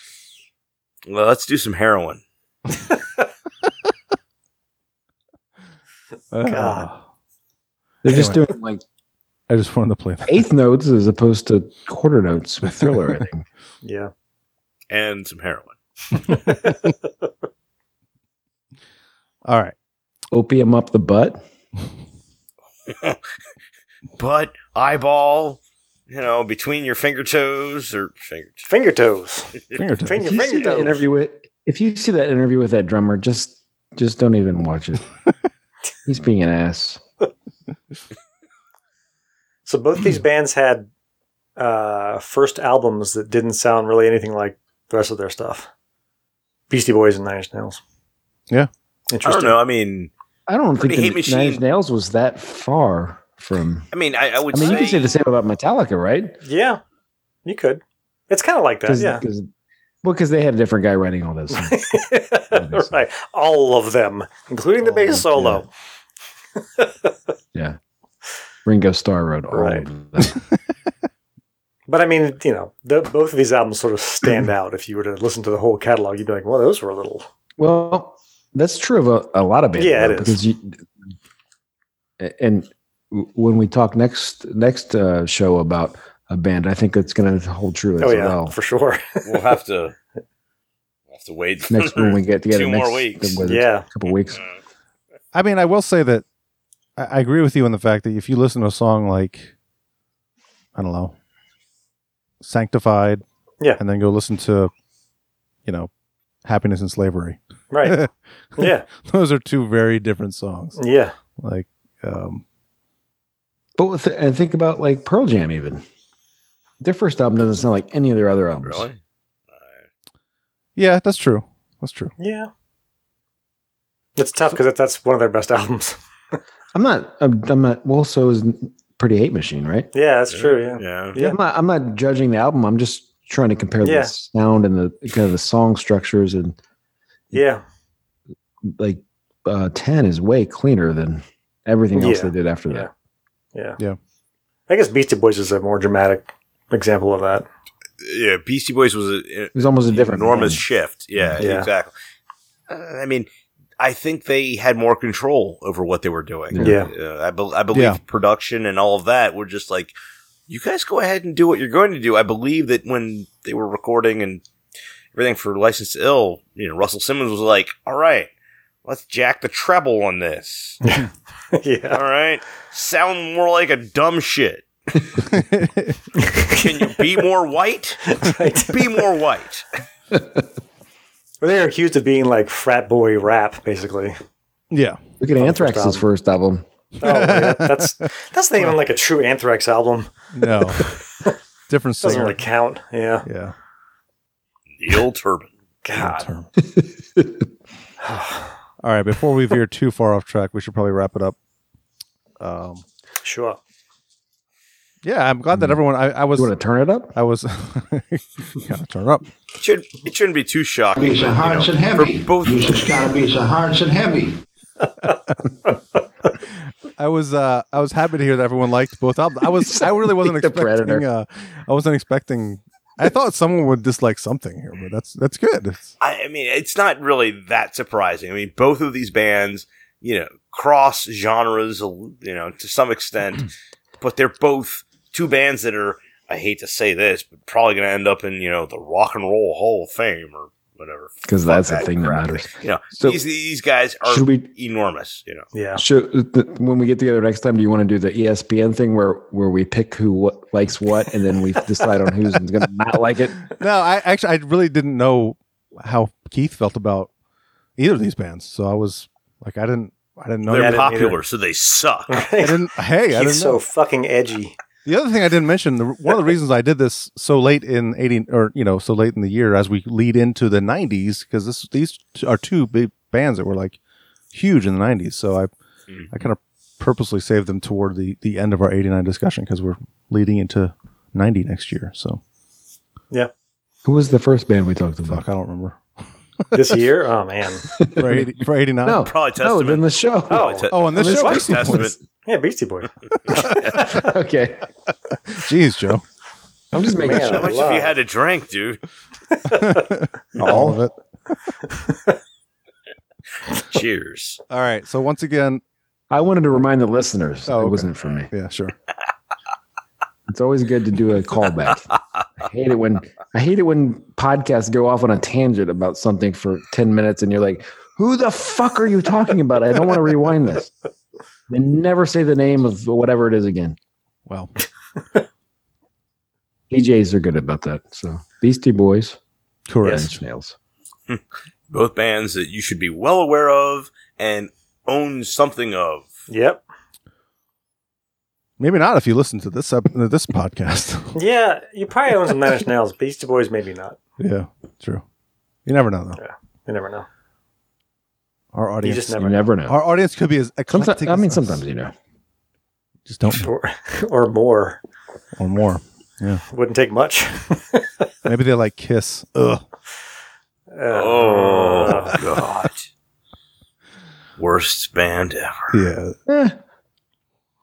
B: well, let's do some heroin.
D: Uh-huh.
C: God.
D: They're just
A: Anyway.
D: doing like
A: I just wanted to play that.
D: eighth notes as opposed to quarter notes with Thriller. I think.
C: Yeah.
B: And some heroin.
A: All right.
D: Opium up the butt.
B: But eyeball, you know, between your finger toes or finger toes.
C: Finger toes.
A: Finger
C: Finger-
A: time.
D: If you see that
C: toes.
D: interview with if you see that interview with that drummer, just just don't even watch it. He's being an ass.
C: So both these bands had uh, first albums that didn't sound really anything like the rest of their stuff. Beastie Boys and Nine Inch Nails.
A: Yeah.
B: I don't
C: Interesting.
B: know. I mean,
D: I don't think
B: Pretty
D: the
B: Hate Machine.
D: Nine Inch Nails was that far from.
B: I mean, I, I would
D: I mean, you
B: say,
D: could say the same about Metallica, right?
C: Yeah. You could. It's kind of like that.
D: Cause,
C: Yeah.
D: 'cause- well, because they had a different guy writing all those. songs. Obviously.
C: right. All of them, including the
D: All
C: bass
D: of
C: solo.
D: them. yeah, Ringo Starr wrote all
C: Right.
D: of them.
C: But I mean, you know, the, both of these albums sort of stand out. If you were to listen to the whole catalog, you'd be like, "Well, those were a little."
D: Well, that's true of a, a lot of bands.
C: Yeah, it
D: though,
C: is.
D: Because you, and w- when we talk next next uh, show about a band, I think that's going to hold true as
C: oh yeah,
D: well.
C: for sure.
B: we'll have to we'll have to wait
D: Next when we get together,
B: Two
D: next,
B: more weeks.
D: whether it's
C: yeah,
D: a couple weeks.
A: I mean, I will say that I, I agree with you on the fact that if you listen to a song like, I don't know, Sanctified,
C: Yeah.
A: and then go listen to, you know, Happiness and Slavery.
C: right. Yeah,
A: Those are two very different songs.
C: yeah,
A: Like, um,
D: But with and think about like Pearl Jam, even their first album doesn't sound like any of their other albums.
B: Really?
A: Yeah, that's true. That's true.
C: Yeah. It's tough because that's one of their best albums.
D: I'm not. I'm, I'm not. Well, so is Pretty Hate Machine, right?
C: Yeah, that's true. Yeah.
B: Yeah.
D: I'm not. I'm not judging the album. I'm just trying to compare
C: Yeah.
D: the sound and the kind of the song structures and
C: Yeah.
D: like uh, ten is way cleaner than everything else
C: Yeah.
D: they did after
C: Yeah.
D: that.
C: Yeah.
A: Yeah.
C: I guess Beastie Boys is a more dramatic example of that.
B: Yeah. Beastie Boys was a,
D: It was almost a different
B: enormous
D: thing.
B: shift. Yeah,
C: Yeah.
B: exactly. Uh, I mean, I think they had more control over what they were doing.
C: Yeah.
B: Uh, I, bel I believe
A: Yeah.
B: production and all of that were just like, you guys go ahead and do what you're going to do. I believe that when they were recording and everything for License to Ill, you know, Russell Simmons was like, all right, let's jack the treble on this. all
C: yeah.
B: right. Sound more like a dumb shit. Can you be more white?
C: Right.
B: Be more white.
C: They're accused of being like frat boy rap, basically.
A: yeah.
D: Look at Anthrax's
C: album.
D: first album.
C: Oh, yeah, that's that's not even like a true Anthrax album.
A: No. Different
C: Doesn't really
A: singer.
C: count. Yeah.
A: Yeah.
B: Neil Turbin.
C: God.
A: All right. Before we veer too far off track, we should probably wrap it up. Um,
C: Sure.
A: yeah, I'm glad that everyone. I, I was.
D: You want to turn it up?
A: I was. gotta turn up.
B: It should it shouldn't be too shocking.
J: It's a
B: but,
J: hearts
B: you
J: and
B: know,
J: heavy.
B: For both
J: You just gotta be so hearts and heavy.
A: I was. Uh, I was happy to hear that everyone liked both albums. I was. I really wasn't
D: The Predator.
A: expecting. Uh, I wasn't expecting. I thought someone would dislike something here, but that's that's good. It's-
B: I, I mean, it's not really that surprising. I mean, both of these bands, you know, cross genres, you know, to some extent, but they're both two bands that are. I hate to say this, but probably going to end up in you know the Rock and Roll Hall of Fame or whatever.
D: Because
B: Fuck
D: that's the thing that
B: crap.
D: matters.
B: You know,
D: So-
B: these these guys are
D: Should we?
B: enormous. You know,
C: Yeah.
D: Should th- when we get together next time, do you want to do the E ESPN thing where where we pick who what likes what, and then we decide on who's going to not like it?
A: No, I actually I really didn't know how Keith felt about either of these bands, so I was like, I didn't. I didn't know.
B: they're
C: didn't either.
B: popular, so they suck.
A: I didn't. Hey, I didn't
C: He's
A: know.
C: so fucking edgy.
A: The other thing I didn't mention, the, one of the reasons I did this so late in eighty, or you know, so late in the year as we lead into the '90s, because this these t- are two big bands that were like huge in the '90s. So I, I kind of purposely saved them toward the the end of our '89 discussion because we're leading into '90 next year. So
D: Who was the first band we talked about?
A: fuck, I don't remember
C: This year? Oh man.
A: for, 80, for '89.
D: No,
B: Probably
D: no,
B: Testament.
D: in the show.
C: Oh,
B: It's a-
A: Oh, on this
D: This
A: show,
D: was-
B: Testament.
C: Yeah, Beastie Boys.
D: okay.
A: jeez, Joe,
D: I'm just making
C: Man,
B: How
D: sure.
B: much have you had to drink, dude?
A: all of it.
B: Cheers.
A: All right. So once again,
D: I wanted to remind the listeners.
A: Oh,
D: It
A: okay.
D: wasn't for me.
A: yeah, sure.
D: It's always good to do a callback. I hate it when I hate it when podcasts go off on a tangent about something for ten minutes, and you're like, "Who the fuck are you talking about?" I don't want to rewind this. They never say the name of whatever it is again.
A: Well,
D: DJs are good about that. So Beastie Boys
A: correct.
D: and Snails.
B: both bands that you should be well aware of and own something of.
C: Yep.
A: Maybe not if you listen to this ep- this podcast.
C: Yeah, you probably own some Nine Inch Nails. Beastie Boys, maybe not.
A: Yeah, true. You never know though.
C: You never know.
A: Our
C: You
A: audience,
C: just
D: You
C: never know.
D: never know.
A: our audience could be as eclectic.
D: Sometimes, I
A: as
D: mean,
A: us.
D: sometimes you know.
A: just don't know
C: Or, or more.
A: or more.
C: Wouldn't take much.
A: Maybe they like Kiss. Ugh.
C: Uh,
B: Oh God! Worst band ever.
A: Yeah.
D: Eh,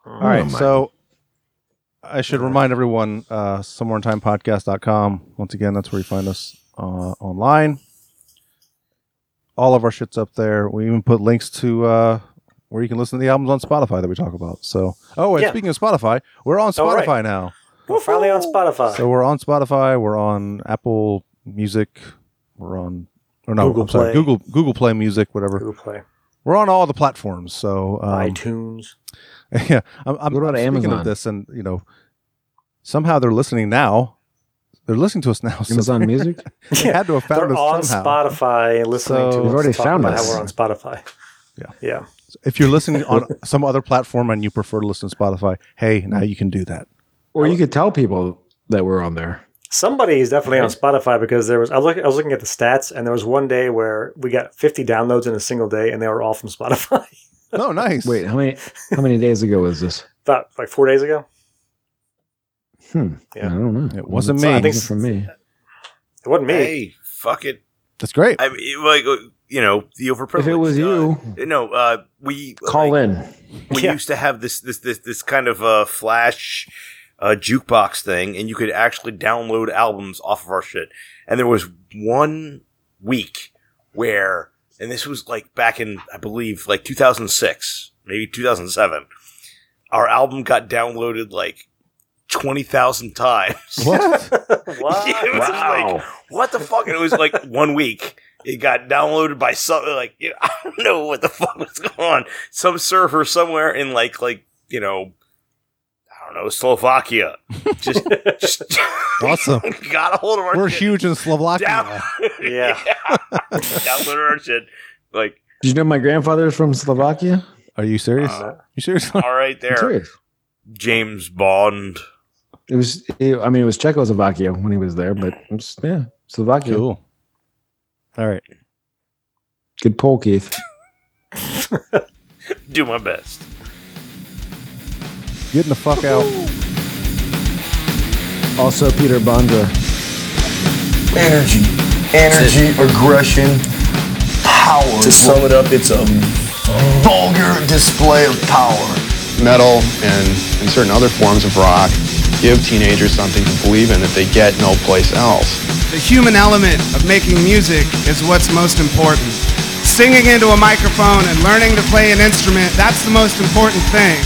A: All right.
D: Oh, my.
A: So I should remind everyone uh, somewhereintimepodcast.com. Once again, that's where you find us uh, online. All of our shit's up there. We even put links to uh, where you can listen to the albums on Spotify that we talk about. So, oh, and
C: Yeah.
A: speaking of Spotify, we're on
C: Oh, right.
A: Spotify now.
C: We're finally on Spotify.
A: So we're on Spotify. We're on Apple Music. We're on or no,
C: Google
A: I'm sorry,
C: Play.
A: Google Google Play Music, whatever.
C: Google Play,
A: We're on all the platforms. So um,
C: iTunes.
A: yeah, I'm, I'm,
D: What about
A: I'm speaking
D: Amazon?
A: of this, and you know, somehow they're listening now. They're listening to us now. So
D: Amazon Music.
A: they had to have found
C: They're on
A: us somehow.
C: Spotify and
A: So-
C: listening to
A: They've
C: us
D: already
C: talk
D: found
C: about
D: us.
C: how we're on Spotify.
A: Yeah.
C: Yeah.
A: If you're listening on some other platform and you prefer to listen to Spotify, hey, now you can do that.
D: Or you could tell people that we're on there.
C: Somebody is definitely on Spotify because there was I, look, I was looking at the stats and there was one day where we got 50 downloads in a single day and they were all from Spotify.
A: Oh, nice.
D: Wait, how many how many days ago was this?
C: About like four days ago.
D: Hmm.
C: Yeah.
D: I don't know.
A: It wasn't
D: It's-
A: me.
D: It
C: I think-
D: wasn't from me.
C: It wasn't me.
B: Hey, fuck it.
A: That's great.
B: I mean, like uh, you know, the overprivileged.
D: If it was
B: uh,
D: you,
B: no, uh, we
D: call
B: like,
D: in.
B: We
C: Yeah.
B: used to have this this this this kind of uh, flash uh, jukebox thing, and you could actually download albums off of our shit. And there was one week where, and this was like back in I believe like 2006, maybe 2007. Our album got downloaded like twenty thousand times.
A: What?
C: What?
B: Yeah, it was just like, what the fuck? And it was like one week. It got downloaded by some like you know, I don't know what the fuck was going on. Some server somewhere in like like you know I don't know Slovakia just, just
A: awesome.
B: got a hold of our
A: We're
B: shit.
A: huge in Slovakia.
B: Down-
C: Yeah.
B: downloaded our shit. Like
D: Did you know my grandfather is from Slovakia?
A: Are you serious?
B: Uh,
A: you serious?
B: all right
D: I'm
B: there,
D: serious.
B: James Bond.
D: It was. It, I mean, it was Czechoslovakia when he was there, but it's, yeah, Slovakia.
A: cool. All right.
D: Good poll, Keith.
B: Do my best.
A: Getting the fuck out.
D: Also, Peter Bondra.
J: Energy. Energy, aggression, power. To sum it up, it's a vulgar display of power.
K: metal and, and certain other forms of rock give teenagers something to believe in that they get no place else.
I: The human element of making music is what's most important. Singing into a microphone and learning to play an instrument, that's the most important thing.